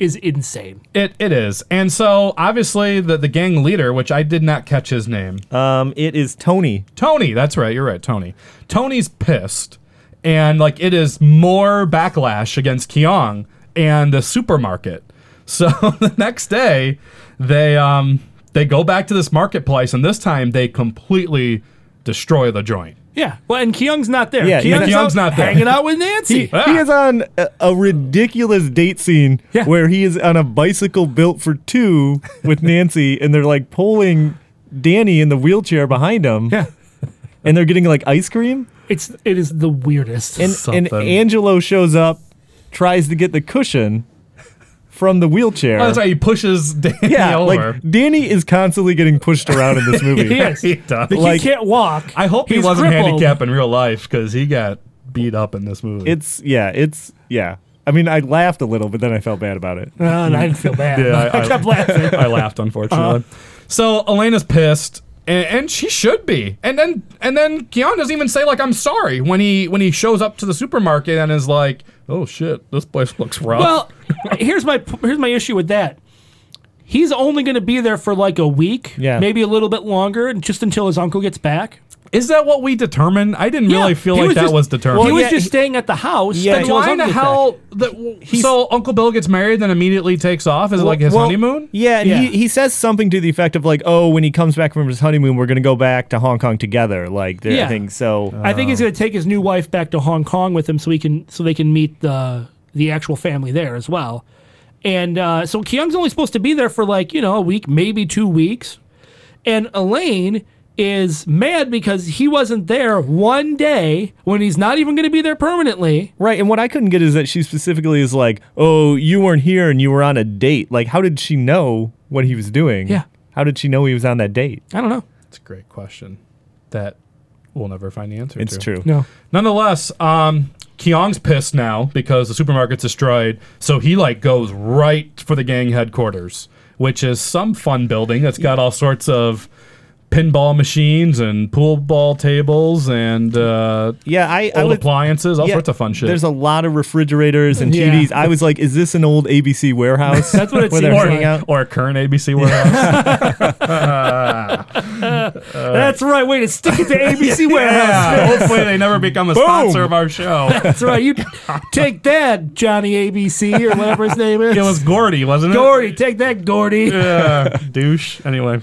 A: is insane.
H: It it is, and so obviously the the gang leader, which I did not catch his name,
I: Um, it is Tony.
H: Tony. That's right. You're right, Tony. Tony's pissed, and like it is more backlash against Keong and the supermarket. So the next day, they um they go back to this marketplace, and this time they completely destroy the joint.
A: Yeah. Well, and Kyung's not there.
I: Yeah, yeah,
H: Kyung's not there.
A: Hanging out with Nancy.
H: Ah.
I: He is on a, a ridiculous date scene
A: Yeah.
I: where he is on a bicycle built for two with Nancy, and they're like pulling Danny in the wheelchair behind him,
A: yeah.
I: and they're getting like ice cream.
A: It's it is the weirdest.
I: And, and
H: Something.
I: Angelo shows up, tries to get the cushion from the wheelchair.
H: Oh, that's right. He pushes Danny
I: Yeah,
H: over.
I: like Danny is constantly getting pushed around in this movie.
A: he is.
H: he does.
A: The kid
I: Like-
A: can't walk.
H: I hope he
A: He's
H: wasn't
A: crippled.
H: handicapped in real life because he got beat up in this movie.
I: It's yeah, it's yeah. I mean, I laughed a little, but then I felt bad about it.
H: Uh,
A: No, no, I didn't feel bad.
H: Yeah, I- Uh,
A: I, kept laughing.
H: I laughed, unfortunately. So Elena's pissed, and, and she should be. And then and then Keon doesn't even say like I'm sorry when he when he shows up to the supermarket and is like, oh shit, this place looks rough.
A: Well, here's my here's my issue with that. He's only going to be there for like a week,
I: Yeah.
A: maybe a little bit longer, and just until his uncle gets back.
H: is that what we determined? I didn't really
A: Yeah,
H: feel
A: he
H: like that
A: just-
H: was determined.
A: he was
I: yeah,
A: just
I: he-
A: staying at the house.
I: Yeah,
A: until his
H: why
A: uncle
H: the
A: gets
H: hell? The, so Uncle Bill gets married, then immediately takes off. Is it like his
I: Well,
H: honeymoon?
I: Yeah, and
A: Yeah.
I: He, he says something to the effect of like, "Oh, when he comes back from his honeymoon, we're gonna go back to Hong Kong together." Like, they're-
A: Yeah.
I: I think so.
H: Uh,
A: back. I think he's going to take his new wife back to Hong Kong with him, so he can so they can meet the the actual family there as well. And uh, so Kyung's only supposed to be there for like you know a week, maybe two weeks, and Elaine is mad because he wasn't there one day when he's not even going to be there permanently.
I: right. And what I couldn't get is that she specifically is like, "Oh, you weren't here, and you were on a date." Like, how did she know what he was doing?
A: Yeah.
I: How did she know he was on that date?
A: I don't know.
H: That's a great question. That we'll never find the answer.
I: It's
H: to.
I: true.
A: No.
H: Nonetheless, um, Keong's pissed now because the supermarket's destroyed, so he like goes right for the gang headquarters, which is some fun building that's got all sorts of pinball machines and pool ball tables and uh,
I: Yeah, I. I
H: old
I: would,
H: appliances, all
I: yeah,
H: sorts of fun shit.
I: There's a lot of refrigerators and
A: Yeah.
I: TVs. I was like, "Is this an old ABC warehouse?"
A: That's what it
I: where they're
A: seems
H: or,
I: hanging out?
H: or a current ABC warehouse.
A: That's right. Wait, it's stick it to ABC Warehouse.
H: yeah, Oh, hopefully they never become a sponsor of our show.
A: That's right. You take that, Johnny ABC or whatever his name is.
H: It was Gordy, wasn't it?
A: Gordy. Take that, Gordy.
H: yeah, douche. Anyway,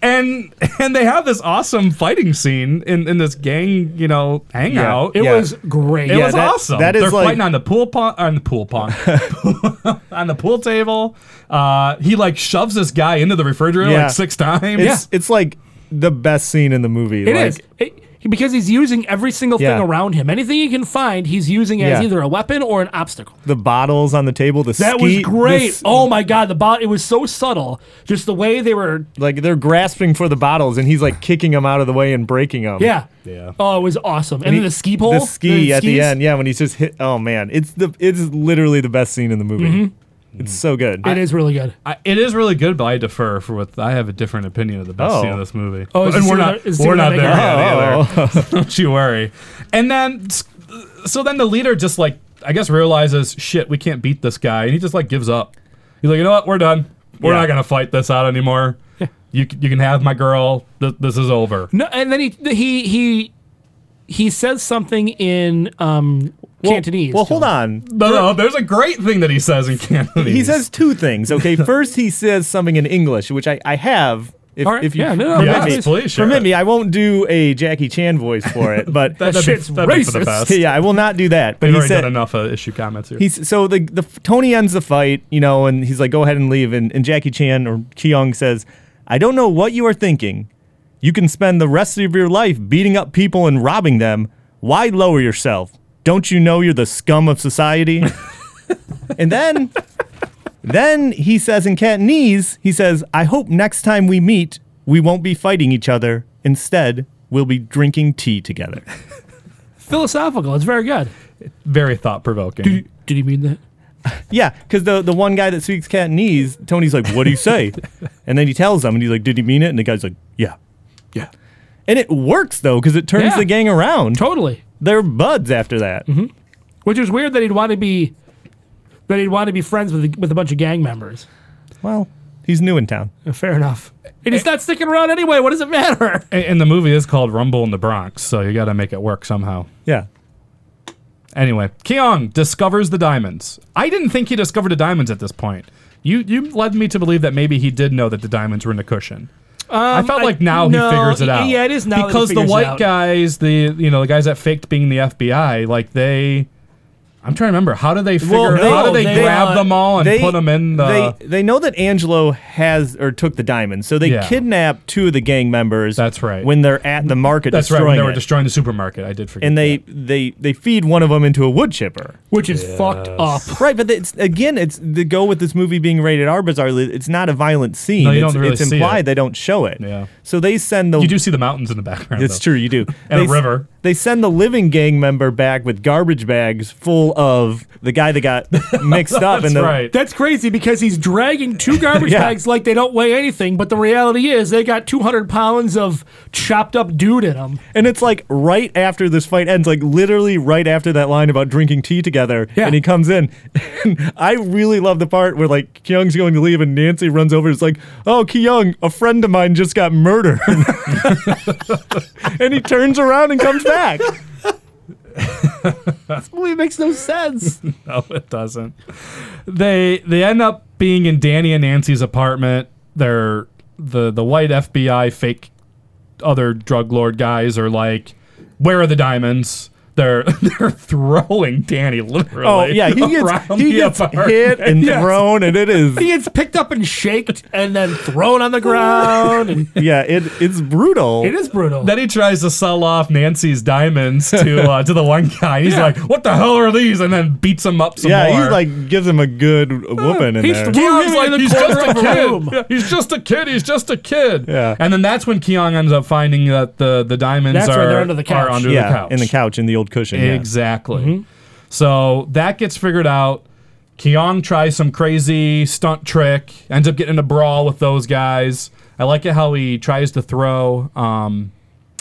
H: and and they have this awesome fighting scene in in this gang, you know, hangout.
A: It
I: Yeah.
A: was great.
H: It was
I: that-
H: awesome.
I: that is
H: They're
I: like-
H: fighting on the pool pong, on the pool pong, on the pool table. Uh, he like shoves this guy into the refrigerator
I: Yeah.
H: like six times.
I: It's, it's like the best scene in the movie.
A: It
I: like,
A: is. It- because he's using every single
I: Yeah.
A: thing around him. Anything he can find, he's using as
I: Yeah.
A: either a weapon or an obstacle.
I: The bottles on the table. The
A: That
I: ski-
A: was great.
I: this-
A: oh my god, the bot. It was so subtle. Just the way they were.
I: like they're grasping for the bottles, and he's like kicking them out of the way and breaking them.
A: Yeah.
H: Yeah.
A: Oh, it was awesome. And,
I: And
A: then
I: he-
A: the ski pole.
I: the ski
A: the
I: at the
A: skis.
I: end. Yeah, when he's just hit. Oh man, it's the it's literally the best scene in the movie. It's so good.
A: Mm-hmm. It is really good.
H: I, it is really good, but I defer for what I have a different opinion of the best
I: Oh.
H: scene of this movie.
A: Oh, is
H: and
A: it
H: we're
A: similar-
H: not
A: is it
H: we're
A: similar
H: not
A: to
H: there
A: that
H: yet
I: Oh.
H: either. Don't you worry. And then, s- so then the leader just like I guess realizes shit, we can't beat this guy, and he just like gives up. He's like, you know what, we're done. We're
I: Yeah.
H: not gonna fight this out anymore. You c- you can have my girl. Th- this is over.
A: No, and then he he he he says something in um, Cantonese.
I: Well, hold on.
H: No, no, there's a great thing that he says in Cantonese.
I: He says two things. Okay, first he says something in English, which I, I have. If,
A: All right,
I: if you
A: yeah, no, no,
I: permit,
A: yeah,
I: me,
A: please,
H: please, sure.
I: permit me, I won't do a Jackie Chan voice for it, but
H: That- that'd be-
A: Shit's
H: that'd be for the
A: racist.
H: best.
I: yeah, I will not do that. But
H: We've
I: he
H: already
I: said
H: done enough uh, issue comments here.
I: he's so the the Tony ends the fight, you know, and he's like, "Go ahead and leave." And, and Jackie Chan or Keong says, "I don't know what you are thinking. You can spend the rest of your life beating up people and robbing them. Why lower yourself? Don't you know you're the scum of society?" and then, then he says in Cantonese, he says, "I hope next time we meet, we won't be fighting each other. Instead, we'll be drinking tea together."
A: philosophical. It's very good.
H: Very thought provoking.
A: Did, did he mean that?
I: Yeah, because the the one guy that speaks Cantonese, Tony's like, "What do you say?" and then he tells him, and he's like, "Did he mean it?" And the guy's like, "Yeah, yeah." And it works though, because it turns
A: Yeah.
I: the gang around.
A: Totally.
I: They're buds after that.
H: Mm-hmm.
A: Which is weird that he'd want to be that he'd want to be friends with with a bunch of gang members.
I: Well, he's new in town.
A: Fair enough. And he's not sticking around anyway. What does it matter?
H: And, and the movie is called Rumble in the Bronx, so you got to make it work somehow.
I: Yeah,
H: Anyway, Keong discovers the diamonds. I didn't think he discovered the diamonds at this point. You you led me to believe that maybe he did know that the diamonds were in the cushion. I felt
A: Um, I-
H: like now
A: no,
H: he figures it
A: y-
H: out.
A: yeah, it is now that he
H: because the
A: figures it
H: white
A: out.
H: guys, the you know the guys that faked being the FBI, like they. I'm trying to remember how do they figure?
I: Well, they-
H: how do they,
A: they,
H: grab
A: uh,
H: them all and
I: they
H: put them in the?
I: they they know that Angelo has or took the diamonds, so they
H: Yeah.
I: kidnap two of the gang members.
H: That's right.
I: When they're at the market,
H: that's right.
I: destroying
H: When they were
I: it.
H: destroying the supermarket, I did forget.
I: and they,
H: that.
I: they they feed one of them into a wood chipper.
A: Which is fucked up.
I: Right, but it's again, it's the go with this movie being rated R bizarrely. It's not a violent scene.
H: No, you
I: it's,
H: don't really
I: it's
H: see
I: implied
H: it.
I: they don't show it.
H: Yeah.
I: So they send the.
H: you do see the mountains in the background.
I: It's
H: though.
I: true, you do.
H: And a
I: They s-
H: river.
I: They send the living gang member back with garbage bags full of the guy that got mixed up.
H: That's
I: in the,
H: right.
A: That's crazy because he's dragging two garbage
I: Yeah.
A: bags like they don't weigh anything, but the reality is they got 200 pounds of chopped up dude in them.
I: And it's like right after this fight ends, like literally right after that line about drinking tea together.
A: Yeah.
I: And he comes in. And I really love the part where like Kyung's going to leave and Nancy runs over. and It's like, oh, Kyung, a friend of mine just got murdered. and he turns around and comes back.
A: It makes no sense.
H: No, it doesn't. They they end up being in Danny and Nancy's apartment. They're the the white FBI fake other drug lord guys are like, where are the diamonds? They're they're throwing Danny literally.
I: Oh, yeah. He gets,
H: around
I: he
H: the
I: gets
H: apartment.
I: hit and thrown, and it is.
A: he gets picked up and shaked and then thrown on the ground. And
I: Yeah, it, it's brutal.
A: it is brutal.
H: Then he tries to sell off Nancy's diamonds to uh, to the one guy. He's
A: Yeah.
H: like, "What the hell are these?" And then beats him up some
I: Yeah,
H: more.
I: he like gives him a good whooping in
A: Uh, he's
I: there.
A: thro-
H: Yeah,
A: Keong's
H: he's like,
A: in the
H: he's
A: corner
H: just a
A: of a room.
H: kid. Yeah, he's just a kid. He's just a kid.
I: Yeah.
H: And then that's when Keong ends up finding that the, the diamonds
A: That's
H: are,
A: right, they're under the couch. Mm-hmm.
H: are under
I: yeah,
H: the couch.
I: in the couch, in the old cushion. yeah.
H: Exactly. So that gets figured out. Keong tries some crazy stunt trick, ends up getting in a brawl with those guys. I like it how he tries to throw um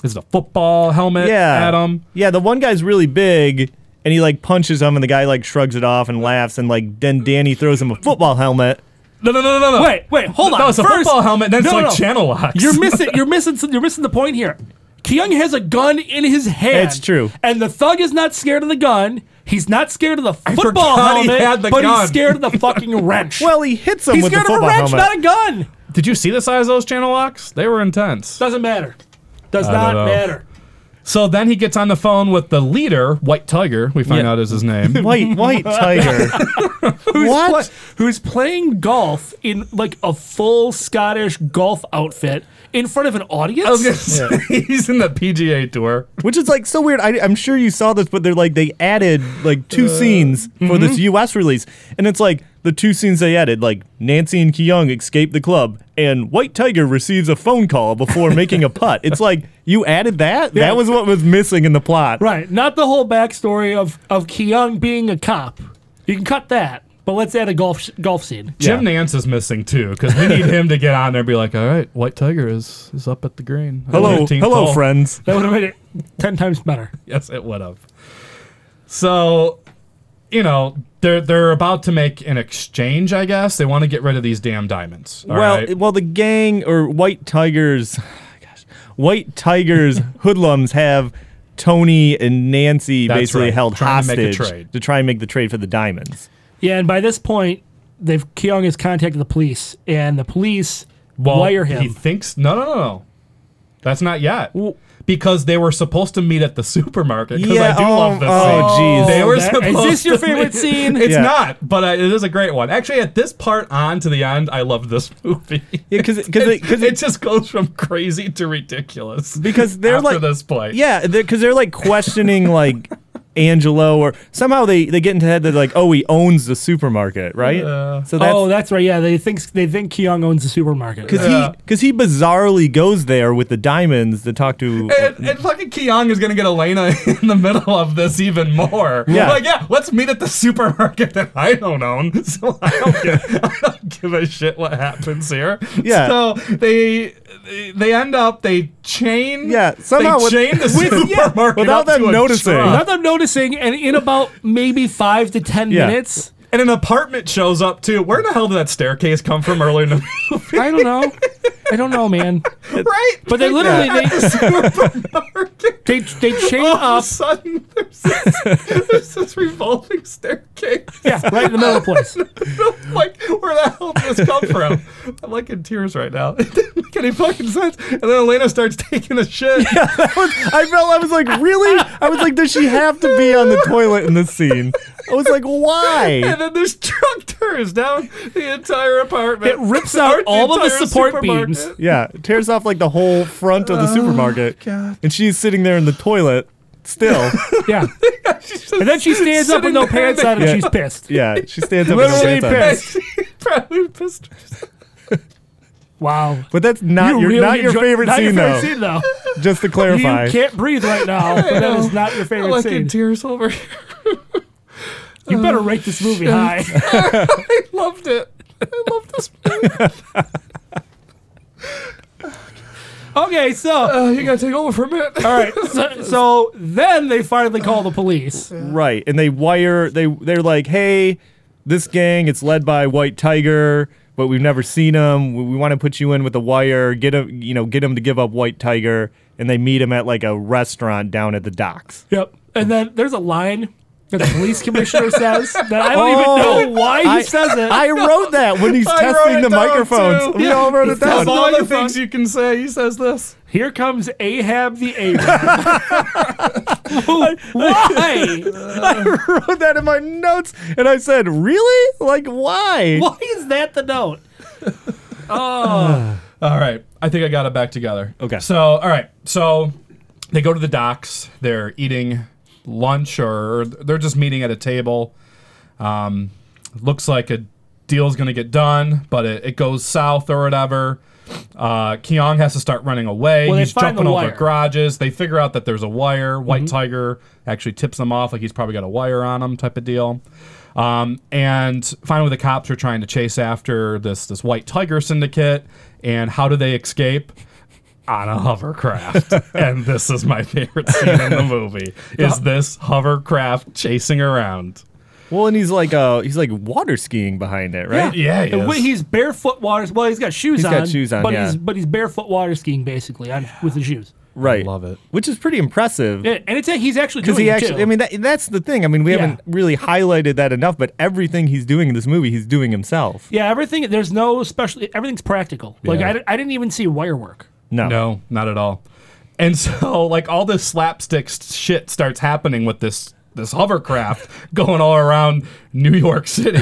H: is it a football helmet
I: yeah.
H: at him.
I: Yeah, the one guy's really big and he like punches him and the guy like shrugs it off and laughs and like then Danny throws him a football helmet.
H: No no no no no.
A: Wait, wait, hold on.
H: No, it's a
A: First-
H: football helmet, then it's
A: No,
H: like
A: no.
H: channel locks.
A: You're missing. You're missing. You're missing the point here. Kyung has a gun in his hand.
I: It's true.
A: And the thug is not scared of the gun. He's not scared of the football
H: forgot he
A: helmet,
H: had the
A: but
H: gun.
A: he's scared of the fucking wrench.
I: Well, he hits him
A: he's
I: with the
A: scared of
I: football
A: a wrench,
I: helmet.
A: not a gun.
H: Did you see the size of those channel locks? They were intense.
A: Doesn't matter. Does
H: don't
A: not
H: know.
A: matter.
H: So then he gets on the phone with the leader, White Tiger, we find
I: Yeah.
H: out is his name.
I: White white tiger.
A: Who's
I: What?
A: pla- who's playing golf in like a full Scottish golf outfit in front of an audience?
H: I was gonna say, he's in the PGA tour.
I: Which is like so weird. I, I'm sure you saw this, but they're like they added like two scenes for this US release. And it's like the two scenes they added, like Nancy and Kyung escape the club and White Tiger receives a phone call before making a putt. It's like you added that? That was what was missing in the plot.
A: Right, not the whole backstory of of Kyung being a cop. You can cut that. But let's add a golf sh- golf scene.
H: Jim
I: Yeah.
H: Nance is missing too because we need him to get on there and be like, all right, White Tiger is is up at the green.
I: Hello,
H: 15th
I: hello,
H: hole."
I: friends.
A: That would have made it ten times better.
H: Yes, it would have. So, you know, they're they're about to make an exchange. I guess they want to get rid of these damn diamonds. all
I: well,
H: right?
I: well, the gang or White Tigers, gosh, White Tigers hoodlums have Tony and Nancy
H: That's
I: basically
H: right,
I: held
H: trying to
I: hostage
H: make a trade.
I: to try and make the trade for the diamonds.
A: Yeah, and by this point, they've Keong has contacted the police, and the police
H: Well,
A: wire
H: He
A: him.
H: thinks no, no, no, no. That's not yet. because they were supposed to meet at the supermarket. Because I do
I: oh,
H: love this
I: oh,
H: scene.
I: jeez.
H: They were
A: that- is
H: supposed
A: this your
H: to meet-
A: favorite scene?
H: It's
I: Yeah.
H: not, but I, it is a great one. Actually, at this part on to the end, I love this movie.
I: Yeah, 'cause- 'cause it- 'cause
H: it
I: it-
H: just goes from crazy to ridiculous.
I: because they're
H: after
I: like
H: this point.
I: Yeah, because they're, like questioning like Angelo or somehow they they get into head that like oh he owns the supermarket right. so that's
A: oh, that's right. Yeah, they think they think Keong owns the supermarket.
I: because
H: Yeah.
I: he because he bizarrely goes there with the diamonds to talk to.
H: And, and fucking Keong is gonna get Elena in the middle of this even more.
I: Yeah.
H: Like, yeah, let's meet at the supermarket that I don't own. So I don't give, I don't give a shit what happens here.
I: Yeah.
H: So they they- they end up they chain
I: Yeah, somehow
H: they
I: with-
H: chain the
I: with- yeah,
H: supermarket
I: without
H: up to
I: them
H: a
I: noticing.
H: truck.
A: Without them noticing, and in about maybe five to ten
I: Yeah.
A: minutes,
H: and an apartment shows up too. Where the hell did that staircase come from earlier in the movie?
A: I don't know. I don't know, man.
H: right?
A: But they literally
H: At the supermarket. Oh,
A: they they they chain
H: All of a
A: up
H: sudden, there's this, there's this revolving staircase.
A: yeah, right in the middle of the place.
H: I'm like, where the hell did this come from? I'm like in tears right now. It didn't make any fucking sense. And then Elena starts taking a shit.
I: I felt I was like, really? I was like, does she have to be on the toilet in this scene? I was like, why?
H: And then this truck tears down the entire apartment.
A: It rips out
H: Or
A: all of the
H: entire
A: support
H: supermarket.
A: beams.
I: Yeah, tears off like the whole front of the supermarket, and she's sitting there in the toilet still.
A: Yeah, and then she stands up with no
H: Sitting there
A: pants on, and
I: Yeah.
A: she's pissed.
I: Yeah, she stands up.
A: Literally
I: with no pants on.
A: pissed.
H: Probably pissed.
A: Wow.
I: But that's not your
A: really
I: not your
A: enjoy-
I: favorite
A: not
I: scene
A: your favorite
I: though.
A: scene, though.
I: Just to clarify.
A: You can't breathe right now. but that is not your
H: I'm
A: favorite
H: like in
A: scene.
H: tears over here.
A: You better rate this movie high.
H: I loved it. I love this movie.
A: okay, so
H: Uh, you gotta take over for a minute.
A: all right, so, so then they finally call the police.
I: Right. And they wire they they're like, "Hey, this gang, it's led by White Tiger, but we've never seen him. We, we want to put you in with the wire. Get him, you know, get him to give up White Tiger." And they meet him at like a restaurant down at the docks.
A: Yep. And then there's a line that the police commissioner says that I don't even know why he
I: Oh, I-
A: says it.
I: I wrote that when he's
H: I wrote
I: testing the
H: it down,
I: microphones.
H: too.
I: We all wrote it
H: Of
I: down.
H: all the
A: microphone.
H: things you can say, he says this.
A: Here comes Ahab the Arab. why?
I: I wrote that in my notes, and I said, "Really? Like, why?"
A: Why is that the note?
H: All right. I think I got it back together.
I: Okay.
H: So, all right. So they go to the docks. They're eating lunch or they're just meeting at a table. Um, looks like a deal's going to get done, but it, it goes south or whatever. Uh, Keong has to start running away.
A: Well, they
H: he's
A: find the
H: jumping over
A: wire. Mm-hmm.
H: garages. They figure out that there's a wire. White Tiger actually tips them off like he's probably got a wire on him type of deal. Um, and finally, the cops are trying to chase after this this White Tiger syndicate. And how do they escape? On a hovercraft, and this is my favorite scene in the movie: is this hovercraft chasing around?
I: Well, and he's like, uh, he's like water skiing behind it, right?
H: Yeah, he
A: The way
H: is.
A: he's barefoot water. Well, he's got shoes
I: He's
A: on.
I: got shoes on,
A: But
I: yeah.
A: he's but he's barefoot water skiing basically on, with the shoes.
I: Right.
H: love it.
I: Which is pretty impressive.
A: Yeah, and it's he's actually
I: Because
A: doing
I: he
A: it,
I: actually,
A: too.
I: I mean, that, that's the thing. I mean, we
A: Yeah.
I: haven't really highlighted that enough, but everything he's doing in this movie, he's doing himself.
A: yeah, everything. There's no special. Everything's practical. Like
H: Yeah.
A: I, di- I didn't even see wire work.
I: No.
H: No, not at all. And so, like, all this slapstick s- shit starts happening with this this hovercraft going all around New York City,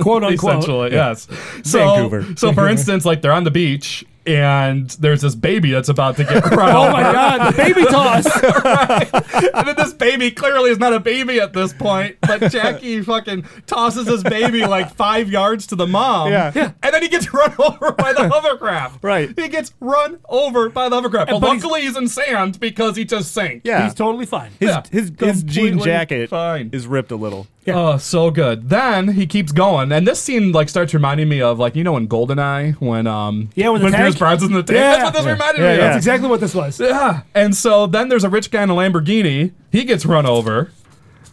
A: Quote unquote.
H: essentially. Yes. So,
I: Vancouver.
H: so for instance, like they're on the beach and there's this baby that's about to get
A: Oh
H: around.
A: my god, the baby toss.
H: and then this baby clearly is not a baby at this point, but Jackie fucking tosses his baby like five yards to the mom.
I: Yeah. Yeah.
H: And then he gets run over by the hovercraft.
I: Right.
H: He gets run over by the hovercraft. But,
A: but he's-
H: luckily he's, in sand because he just sank.
I: Yeah.
A: He's totally fine.
I: his,
H: yeah.
I: his, his jean
H: Completely
I: jacket
H: fine.
I: is ripped a little.
H: Oh, so good. Then he keeps going, and this scene like starts reminding me of like you know in Goldeneye when um
A: Yeah, when the
H: when
A: tank-
H: Pierce Brosnan's in the tank. That's what this reminded
I: Yeah,
H: me
A: That's
H: of.
A: exactly what this was.
H: Yeah. And so then there's a rich guy in a Lamborghini. He gets run over.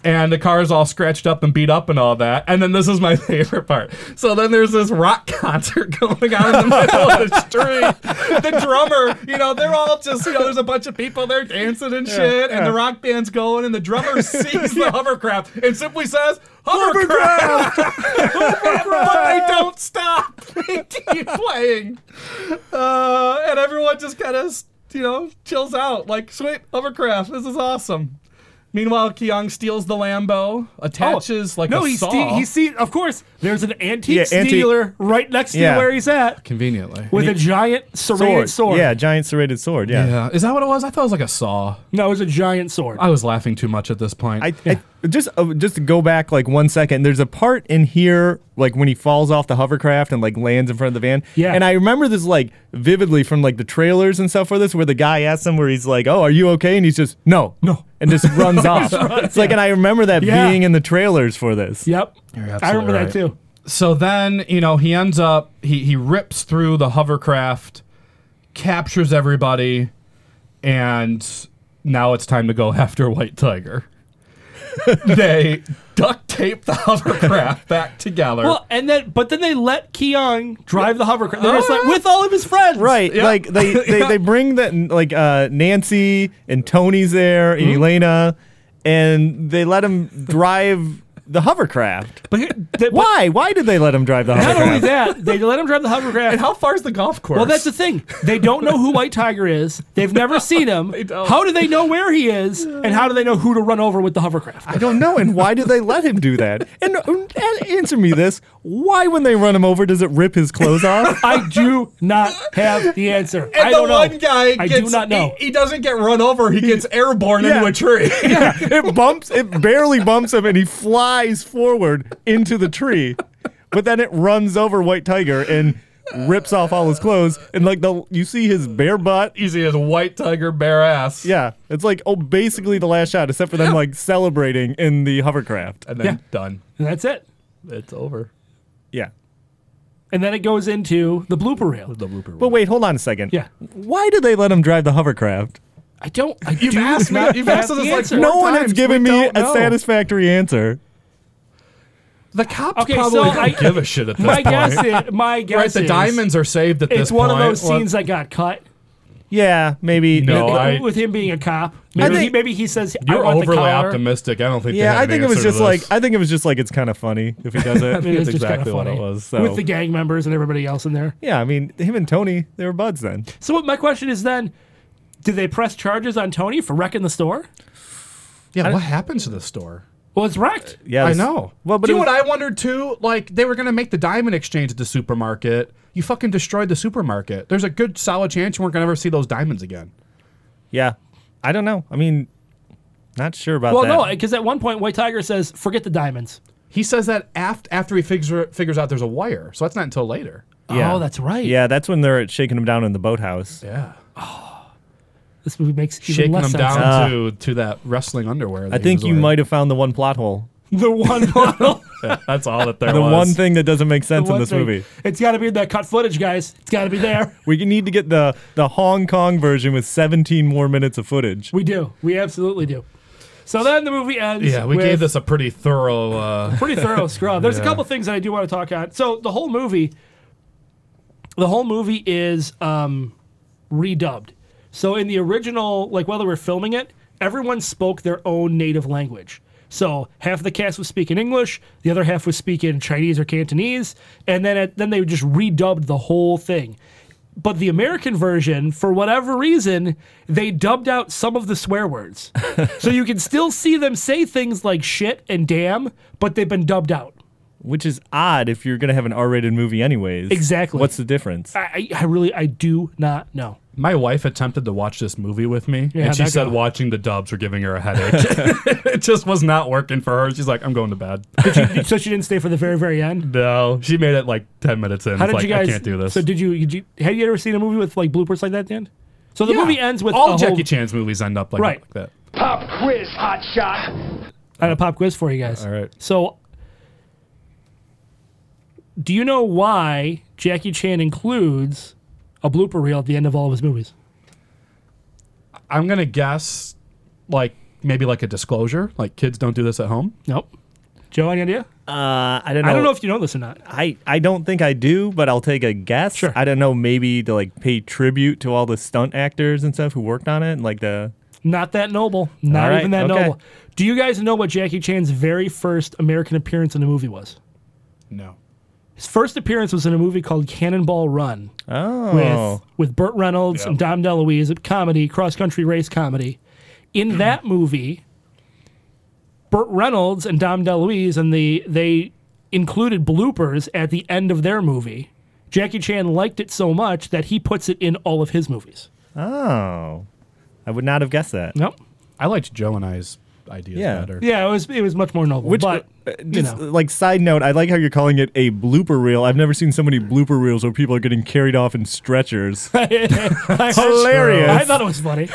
H: And the car is all scratched up and beat up and all that. And then this is my favorite part. So then there's this rock concert going on in the middle of the street. The drummer, you know, they're all just, you know, there's a bunch of people there dancing and shit. And the rock band's going, and the drummer sees the hovercraft and simply says, Hovercraft! but they don't stop. They keep playing. Uh, and everyone just kind of, you know, chills out. Like, sweet, hovercraft, this is awesome. Meanwhile, Keong steals the Lambo, attaches like
A: Oh. no,
H: a
A: he
H: saw.
A: ste- he see. Of course, there's an antique
I: Yeah, antique-
A: dealer right next to
I: Yeah.
A: where he's at
H: Conveniently.
A: with a giant serrated sword.
I: Yeah, giant serrated sword. Yeah.
H: yeah. Is that what it was? I thought it was like a saw.
A: no, it was a giant sword.
H: I was laughing too much at this point.
I: I, I just uh, just to go back like one second. There's a part in here like when he falls off the hovercraft and like lands in front of the van.
A: Yeah.
I: And I remember this like vividly from like the trailers and stuff for this, where the guy asks him where he's like, "Oh, are you okay?" And he's just no,
A: No.
I: and just runs off. it's like, and I remember that
A: Yeah.
I: being in the trailers for this.
A: yep, I
H: absolutely
A: remember
H: right.
A: that too.
H: so then, you know, he ends up, he, he rips through the hovercraft, captures everybody, and now it's time to go after White Tiger. they duct tape the hovercraft back together.
A: Well, and then but then they let Keong drive the hovercraft. They're just
H: Oh,
A: like
H: yeah.
A: with all of his friends,
I: Right, like they they, they bring that like uh, Nancy and Tony's there
A: Mm-hmm.
I: and Elena, and they let him drive the hovercraft.
A: But, here, they, but
I: Why? Why did they let him drive the
A: not
I: hovercraft?
A: only that, they let him drive the hovercraft.
H: And how far is the golf course?
A: well, that's the thing. They don't know who White Tiger is. They've never seen him.
H: don't.
A: How do they know where he is? And how do they know who to run over with the hovercraft?
I: I don't know. And why do they let him do that? And, and answer me this: Why, when they run him over, does it rip his clothes off?
A: I do not have the answer.
H: and
A: I
H: the
A: don't know.
H: one guy
A: I
H: gets,
A: do not know.
H: He, he doesn't get run over. He gets airborne
I: Yeah.
H: into a tree.
I: it bumps. It barely bumps him, and he flies forward into the tree. But then it runs over White Tiger and rips off all his clothes. And like the you see his bare butt.
H: Easy as a white tiger, bare ass.
I: Yeah, it's like oh, basically the last shot, except for them like celebrating in the hovercraft.
H: And then
A: Yeah.
H: done.
A: And that's it.
H: It's over.
I: Yeah.
A: And then it goes into the blooper reel.
H: The blooper.
I: But wait, hold on a second.
A: Yeah.
I: Why did they let him drive the hovercraft?
A: I don't. I
H: You've
A: do
H: asked me-
A: not
H: you've
A: have
H: asked us
A: the
H: this, like,
A: answer.
H: Four
I: no one has
H: times,
I: given
H: we
I: me a
H: don't know.
I: satisfactory answer.
H: the cops
A: Okay,
H: probably
A: so
H: don't
A: I-
H: give a shit at this
A: My
H: point.
A: guess is. My guess
H: right, the
A: is
H: diamonds are saved at this
A: It's one
H: point.
A: of those
H: Well,
A: scenes that got cut.
I: Yeah, maybe.
H: No,
A: with,
H: I-
A: with him being a cop, maybe, he,
I: think-
A: maybe he says, "I
H: You're
A: want the
H: overly
A: collar."
H: optimistic. I don't think. they
I: Yeah,
H: had
I: I
H: an
I: think it was
H: answer to
I: just like
H: this.
I: I think it was just like it's kind of funny if he does
A: It's just
H: That's
I: it.
A: kinda
H: exactly what
A: funny.
H: it was.
A: with
H: So.
A: the gang members and everybody else in there.
I: yeah, I mean, him and Tony, they were buds then.
A: So what my question is then, did they press charges on Tony for wrecking the store?
H: yeah, what happens to the store?
A: Well, it's wrecked.
I: Yeah,
H: I
I: this-
H: know.
I: Well, but
H: Do
I: it
H: you know
I: was-
H: what I wondered too? Like they were gonna make the diamond exchange at the supermarket. You fucking destroyed the supermarket. There's a good solid chance you weren't gonna ever see those diamonds again.
I: yeah, I don't know. I mean, not sure about
A: Well,
I: that.
A: no, because at one point White Tiger says, "Forget the diamonds."
H: He says that after after he figures figures out there's a wire. So that's not until later.
I: yeah.
A: Oh, that's right.
I: yeah, that's when they're shaking him down in the boathouse.
H: Yeah,
A: This movie makes even
H: shaking
A: less
H: him
A: sense.
H: down
I: Ah.
H: to to that wrestling underwear.
I: I think you might have found the one plot hole,
A: The one model.
H: That's all that there
I: the one thing that doesn't make sense in
A: One
I: this
A: thing.
I: movie.
A: It's got to be in that cut footage, guys. It's got to be there.
I: We need to get the the Hong Kong version with 17 more minutes of footage.
A: We do. We absolutely do. So then the movie ends.
H: Yeah, we
A: with
H: gave this a pretty thorough. Uh,
A: pretty thorough scrub. There's a
H: Yeah.
A: couple things that I do want to talk on. So the whole movie, the whole movie is um, redubbed. So in the original, like while they were filming it, everyone spoke their own native language. So half the cast was speaking English, the other half was speaking Chinese or Cantonese, and then it, then they just redubbed the whole thing. But the American version, for whatever reason, they dubbed out some of the swear words. so you can still see them say things like shit and damn, but they've been dubbed out.
I: which is odd if you're gonna have an R-rated movie anyways.
A: Exactly.
I: What's the difference?
A: I, I I really, I do not know.
H: my wife attempted to watch this movie with me,
A: Yeah,
H: and she
A: that
H: said
A: guy.
H: watching the dubs were giving her a headache. it just was not working for her. She's like, I'm going to bed.
A: so she didn't stay for the very, very end.
H: No, she made it like ten minutes in.
A: How
H: It's
A: did
H: like,
A: you guys?
H: I can't do this.
A: So did you, did you? Have you ever seen a movie with like bloopers like that at the end? So the
H: Yeah.
A: movie ends with
H: all
A: a
H: Jackie
A: whole,
H: Chan's movies end up like,
A: Right.
H: like that.
E: Pop quiz, hot shot.
A: I got a pop quiz for you guys.
H: All right.
A: So, do you know why Jackie Chan includes a blooper reel at the end of all of his movies?
H: I'm gonna guess, like maybe like a disclosure, like kids don't do this at home.
A: Nope. Joe, any idea?
I: Uh, I don't know.
A: I don't know if you know this or not.
I: I, I don't think I do, but I'll take a guess.
A: Sure.
I: I don't know, maybe to like pay tribute to all the stunt actors and stuff who worked on it, and like the
A: Not that noble. Not
I: All right,
A: even that
I: okay.
A: noble. Do you guys know what Jackie Chan's very first American appearance in a movie was?
H: No.
A: His first appearance was in a movie called Cannonball Run
I: oh
A: with with Burt Reynolds and Dom DeLuise, a comedy, cross country race comedy. In that movie, Burt Reynolds and Dom DeLuise and the they included bloopers at the end of their movie. Jackie Chan liked it so much that he puts it in all of his movies.
I: oh, I would not have guessed that.
A: Nope.
H: I liked Joe and I's ideas
I: Yeah.
H: better.
A: Yeah, it was it was much more noble.
I: Which,
A: but
I: uh,
A: you
I: just
A: know.
I: like side note, I like how you're calling it a blooper reel. I've never seen so many blooper reels where people are getting carried off in stretchers.
A: It's
I: hilarious.
A: I thought it was funny.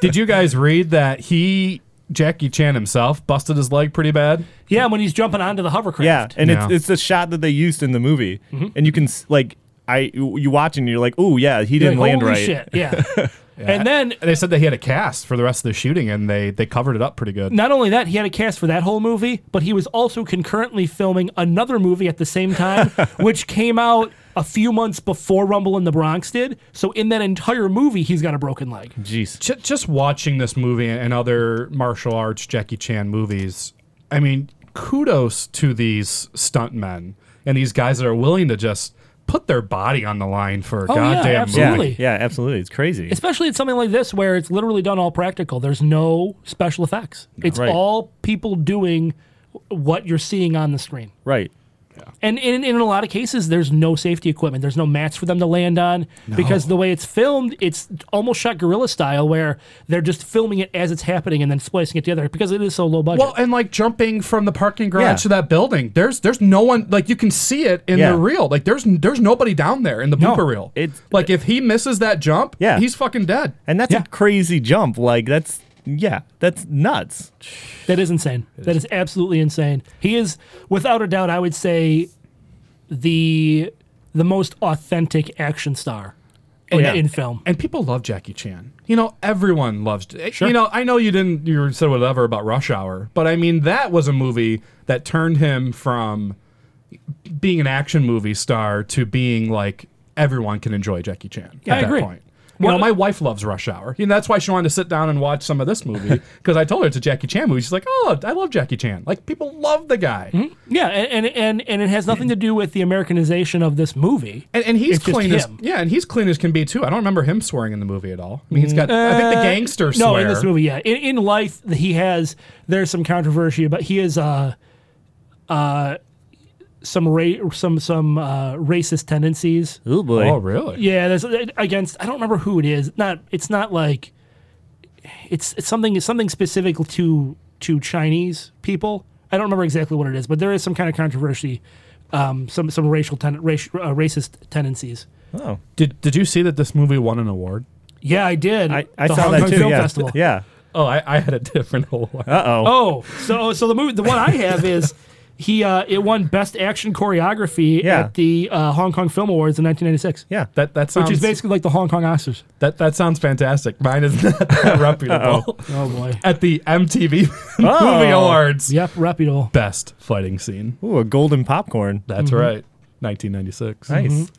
H: Did you guys read that he Jackie Chan himself busted his leg pretty bad?
A: yeah, when he's jumping onto the hovercraft.
I: yeah, and it's
H: Yeah.
I: it's the shot that they used in the movie,
A: Mm-hmm.
I: and you can s- like I you watch and you're like, oh yeah, he
A: You're
I: didn't
A: like,
I: land
A: Holy
I: right.
A: shit. Yeah. And then
H: They said that he had a cast for the rest of the shooting, and they they covered it up pretty good.
A: not only that, he had a cast for that whole movie, but he was also concurrently filming another movie at the same time, which came out a few months before Rumble in the Bronx did. So in that entire movie, he's got a broken leg.
I: Jeez.
H: Ju- just watching this movie and other martial arts Jackie Chan movies, I mean, kudos to these stuntmen and these guys that are willing to just put their body on the line for a
A: Oh, yeah,
H: goddamn
A: absolutely.
H: movie.
A: Really?
I: Yeah, yeah, absolutely. It's crazy.
A: Especially at something like this where it's literally done all practical. There's no special effects. It's
I: Right.
A: all people doing what you're seeing on the screen.
I: right.
A: And in, in a lot of cases, there's no safety equipment. There's no mats for them to land on because the way it's filmed, it's almost shot guerrilla style, where they're just filming it as it's happening and then splicing it together because it is so low budget.
H: Well, and like jumping from the parking garage
I: Yeah.
H: to that building, there's there's no one like you can see it in
I: Yeah.
H: the reel. Like there's there's nobody down there in the blooper reel.
I: It's-
H: like if he misses that jump,
I: Yeah.
H: he's fucking dead.
I: And that's a crazy jump. Like that's yeah, that's nuts.
A: that is insane. That is absolutely insane. He is, without a doubt, I would say, the the most authentic action star in,
I: yeah.
A: in film.
H: And people love Jackie Chan. You know, everyone loves. eh, You know, I know you didn't. You said whatever about Rush Hour, but I mean, that was a movie that turned him from being an action movie star to being like everyone can enjoy Jackie Chan.
A: Yeah,
H: at
A: I
H: that
A: agree.
H: Point. You
A: Well-
H: know, my wife loves Rush Hour. You know, that's why she wanted to sit down and watch some of this movie because I told her it's a Jackie Chan movie. She's like, "Oh, I love Jackie Chan. Like people love the guy."
A: Yeah, and, and and and it has nothing to do with the Americanization of this movie.
H: And, and he's
A: It's just
H: clean as
A: him.
H: yeah, and he's clean as can be too. I don't remember him swearing in the movie at all. I mean, he's got I think the gangster swear.
A: Mm, uh, No, in this movie, yeah. In, in life, he has there's some controversy about he is uh, uh, some ra- some some uh, racist tendencies.
I: Oh boy.
H: Oh, really?
A: Yeah, there's against I don't remember who it is. Not it's not like it's, it's something it's something specific to to Chinese people. I don't remember exactly what it is, but there is some kind of controversy, um, some some racial ten, racial uh, racist tendencies.
I: Oh.
H: Did Did you see that this movie won an award?
A: Yeah, I did.
I: I, I
A: The
I: saw
A: Hong
I: that
A: Kong
I: too.
A: Film
I: yeah.
A: Festival.
I: Yeah.
H: Oh, I, I had a different award.
A: Oh, so so the movie, the one I have is he uh, it won best action choreography
I: Yeah.
A: at the uh, Hong Kong Film Awards in 1996.
I: Yeah.
H: that that sounds
A: Which is basically like the Hong Kong Oscars.
H: that that sounds fantastic. Mine is not that reputable.
A: Oh boy.
H: At the MTV Movie
I: Oh.
H: Awards,
A: Yep, reputable.
H: best fighting scene.
I: Ooh, a golden popcorn.
H: That's right, 1996.
I: Nice.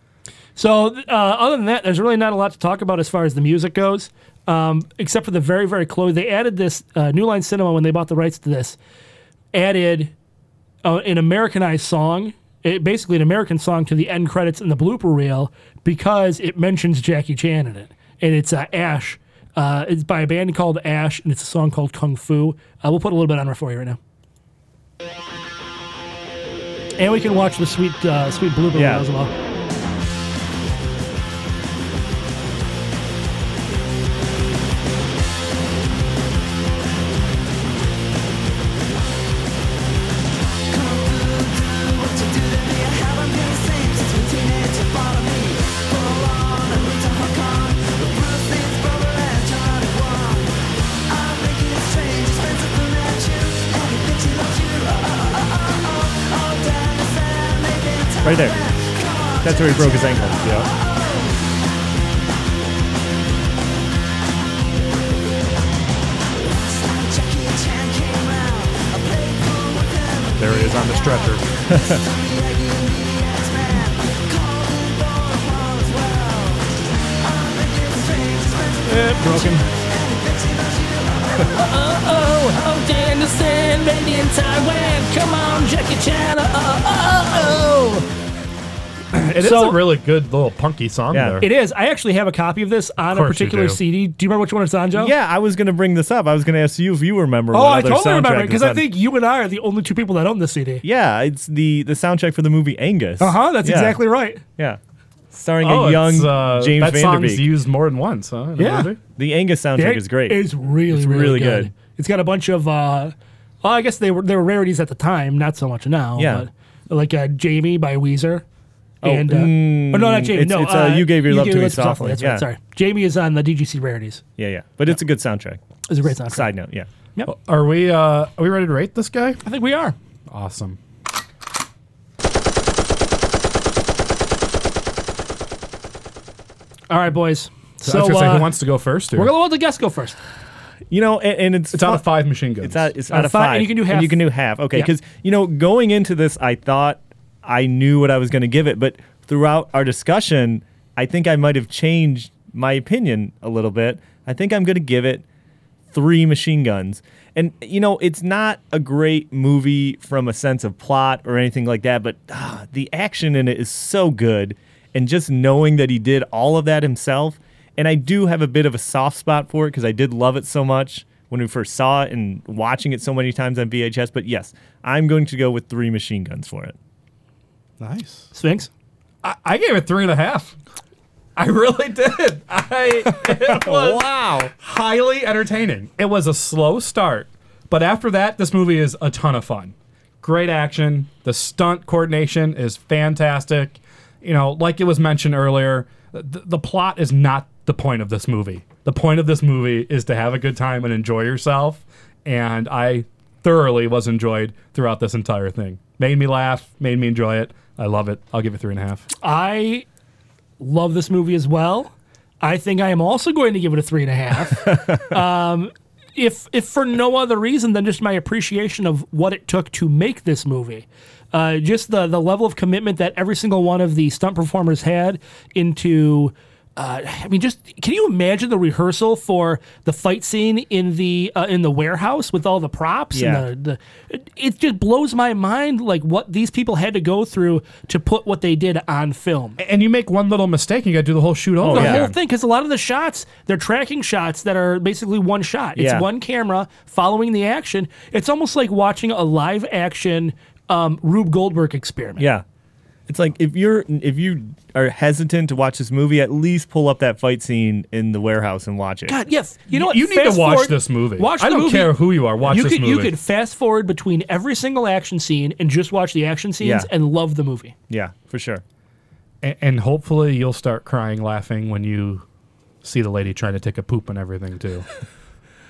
A: So th- uh, other than that, there's really not a lot to talk about as far as the music goes, um, except for the very very close. They added this uh, New Line Cinema when they bought the rights to this, added uh, an Americanized song, it, basically an American song to the end credits and the blooper reel because it mentions Jackie Chan in it, and it's uh, Ash. Uh, it's by a band called Ash, and it's a song called Kung Fu. Uh, we'll put a little bit on it for you right now. And we can watch the sweet, uh, sweet blooper
I: Yeah.
A: reel as well.
B: Thank you
I: Right there. That's where he broke his ankle. Yeah.
H: There he is on the stretcher.
A: broken. oh, oh, oh, Dan the Sand, made in Taiwan. Come on, Jackie Chan. Oh, oh, oh,
H: It is
A: So-
H: a really good little punky song
I: Yeah.
H: there.
A: It is. I actually have a copy of this on a
H: course you
A: particular
H: do.
A: CD. Do you remember which one it's on, Joe?
I: Oh. Yeah, I was gonna bring this up. I was gonna ask you if you remember.
A: Oh,
I: what
A: I
I: other
A: totally remember
I: soundtrack
A: it because
I: was
A: I
I: on.
A: think you and I are the only two people that own this CD.
I: Yeah, it's the the soundtrack for the movie Angus.
A: Uh huh. That's
I: Yeah,
A: exactly right.
I: Yeah, starring
H: oh,
I: a young
H: it's, uh,
I: James
H: that
I: Vanderbeek.
H: song's used more than once, huh? in a
A: Yeah.
H: movie?
I: the Angus soundtrack is great.
A: It's really, really,
I: really
A: good.
I: good.
A: It's got a bunch of, uh, well, I guess they were they were rarities at the time, not so much now.
I: Yeah.
A: But like uh, Jamie by Weezer.
I: Oh,
A: and, uh,
I: mm,
A: oh, no, not Jamie.
I: it's-
A: no,
I: it's, uh, You Gave Your Love to Me Softly,
A: That's
I: yeah.
A: right. Sorry, Jamie is on the DGC rarities.
I: yeah, yeah, but it's a good soundtrack.
A: It's a great soundtrack.
I: Side Oh. note, yeah.
H: Are we uh, are we ready to rate this guy?
A: I think we are.
H: Awesome.
A: All right, boys.
H: I
A: So,
H: was gonna say,
A: uh,
H: who wants to go first? Here?
A: we're gonna let the guests go first.
I: You know, and, and it's
H: it's out
I: fun-
H: of five machine guns.
I: It's out. It's
A: Out
I: out
A: of
I: of
A: five,
I: five,
A: and you can do half.
I: you can do half. Okay,
A: Yeah.
I: because you know, going into this, I thought I knew what I was going to give it, but throughout our discussion, I think I might have changed my opinion a little bit. I think I'm going to give it three machine guns. And you know, it's not a great movie from a sense of plot or anything like that, but ah, the action in it is so good. And just knowing that he did all of that himself, and I do have a bit of a soft spot for it because I did love it so much when we first saw it and watching it so many times on VHS. But yes, I'm going to go with three machine guns for it.
H: nice.
A: Sphinx.
H: I, I gave it three and a half. I really did. I it was wow, highly entertaining. It was a slow start, but after that, this movie is a ton of fun. Great action. The stunt coordination is fantastic. You know, like it was mentioned earlier, the, the plot is not the point of this movie. The point of this movie is to have a good time and enjoy yourself. And I thoroughly was enjoyed throughout this entire thing. Made me laugh, made me enjoy it. I love it. I'll give it three and a half.
A: I love this movie as well. I think I am also going to give it a three and a half. um, if if for no other reason than just my appreciation of what it took to make this movie, uh, just the the level of commitment that every single one of the stunt performers had into. Uh, I mean, just can you imagine the rehearsal for the fight scene in the uh, in the warehouse with all the props
I: Yeah.
A: and the, the it, it just blows my mind like what these people had to go through to put what they did on film
H: And you make one little mistake, you got to do the whole shoot over.
A: the
I: yeah.
A: whole thing because a lot of the shots they're tracking shots that are basically one shot it's
I: Yeah.
A: one camera following the action it's almost like watching a live action um, rube goldberg experiment
I: Yeah. It's like if you're if you are hesitant to watch this movie, at least pull up that fight scene in the warehouse and watch it.
A: God, yes. You know what?
H: You need to
A: Fast
H: watch
A: forward-
H: this movie.
A: Watch
H: I
A: the
H: don't
A: movie.
H: care who you are, watch
A: you
H: this
A: could, You
H: movie.
A: could fast forward between every single action scene and just watch the action scenes
I: Yeah.
A: and love the movie.
I: Yeah, for sure.
H: And, and hopefully you'll start crying, laughing when you see the lady trying to take a poop and everything, too.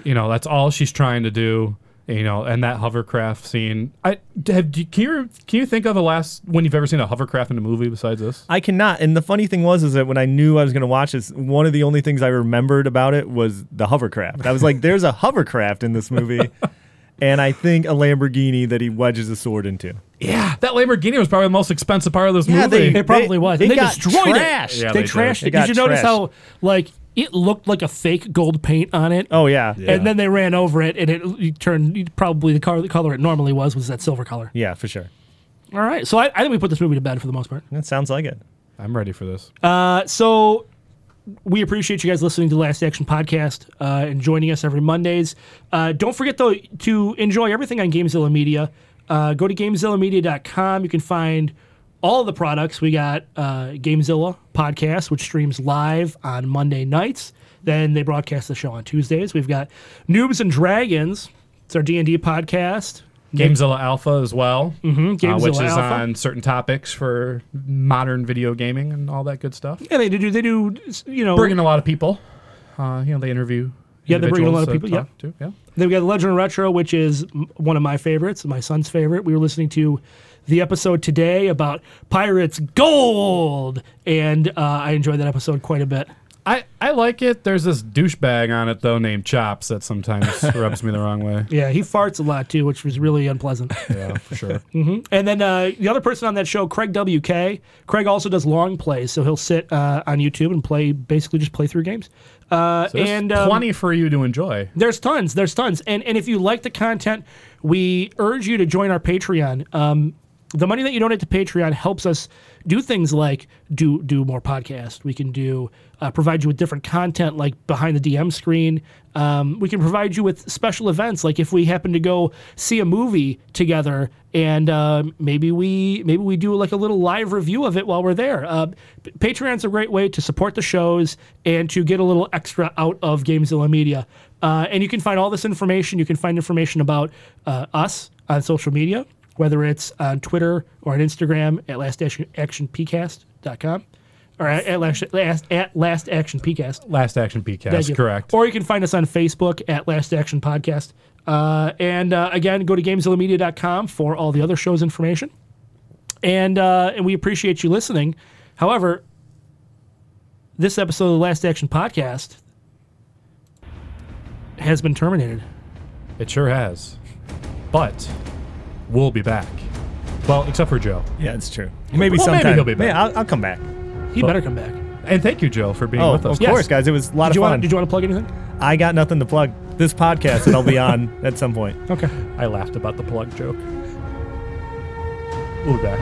H: you know, that's all she's trying to do. You know, and that hovercraft scene. I have, do, can you can you think of the last when you've ever seen a hovercraft in a movie besides this?
I: I cannot. And the funny thing was, is that when I knew I was going to watch this, one of the only things I remembered about it was the hovercraft. I was like, "There's a hovercraft in this movie," and I think a Lamborghini that he wedges a sword into.
H: Yeah, that Lamborghini was probably the most expensive part of this
I: Yeah,
H: movie.
I: they-
A: It probably was.
I: they
A: and they
I: got
A: destroyed it.
I: trashed.
H: Yeah,
A: they,
H: they did.
A: trashed
I: They
A: it. Did
I: got
A: you notice
I: trashed.
A: how like it looked like a fake gold paint on it?
I: Oh yeah, yeah,
A: And then they ran over it, and it, it turned probably the color, the color it normally was was that silver color.
I: for sure.
A: All right, so I, I think we put this movie to bed for the most part.
I: That sounds like it.
H: I'm ready for this.
A: Uh, so we appreciate you guys listening to the Last Action Podcast uh, and joining us every Mondays. Uh, don't forget, though, to enjoy everything on GameZilla Media. Uh, go to GameZillaMedia.com. You can find all the products. We got uh, GameZilla Podcast, which streams live on Monday nights. Then they broadcast the show on Tuesdays. We've got Noobs and Dragons. It's our D&D podcast.
H: Gamezilla Alpha as well, mm-hmm,
A: Gamezilla
H: which is
A: Alpha.
H: on certain topics for modern video gaming and all that good stuff.
A: Yeah, they do. They do. You know,
H: Bringing a lot of people, uh, you know, they interview.
A: Oh. Yeah, they bring in a lot of
H: individuals
A: people,
H: to talk to, yeah.
A: They've got Legend of Retro, which is m- one of my favorites, my son's favorite. We were listening to the episode today about Pirates Gold, and uh, I enjoyed that episode quite a bit.
H: I, I like it. There's this douchebag on it though named Chops that sometimes rubs me the wrong way.
A: Yeah, he farts a lot too, which was really unpleasant.
H: Yeah, for sure.
A: And then uh, the other person on that show, Craig WK. Craig also does long plays, so he'll sit uh, on YouTube and play basically just play through games. Uh,
H: There's
A: and um,
H: plenty for you to enjoy.
A: There's tons. There's tons. And and if you like the content, we urge you to join our Patreon. Um, the money that you donate to Patreon helps us do things like do do more podcasts. We can do uh, provide you with different content like behind the DM screen. Um, we can provide you with special events like if we happen to go see a movie together and uh, maybe we maybe we do like a little live review of it while we're there. Uh, P- Patreon's a great way to support the shows and to get a little extra out of Gamezilla Media. Uh, and you can find all this information. You can find information about uh, us on social media, whether it's on Twitter or on Instagram at lastactionpcast.com or at, at, last, last, at lastactionpcast.
H: Last Action
A: Thank
H: PCast,
A: you.
H: correct.
A: Or you can find us on Facebook at Last Action Podcast. Uh, and uh, again, go to GameZillaMedia.com for all the other show's information. And, uh, and we appreciate you listening. However, this episode of the Last Action Podcast has been terminated.
H: It sure has. But we'll be back. Well, except for Joe.
I: Yeah, it's true. Maybe
H: Well, maybe
I: sometime.
H: he'll be back.
I: Yeah, I'll, I'll come back.
A: He better come back.
H: And thank you, Joe, for being
I: Oh,
H: with us.
I: of course, guys. It was a lot
A: Did you,
I: of fun.
A: want, did you want to plug anything?
I: I got nothing to plug. This podcast that I'll be on at some point.
A: Okay.
H: I laughed about the plug joke. We'll be back.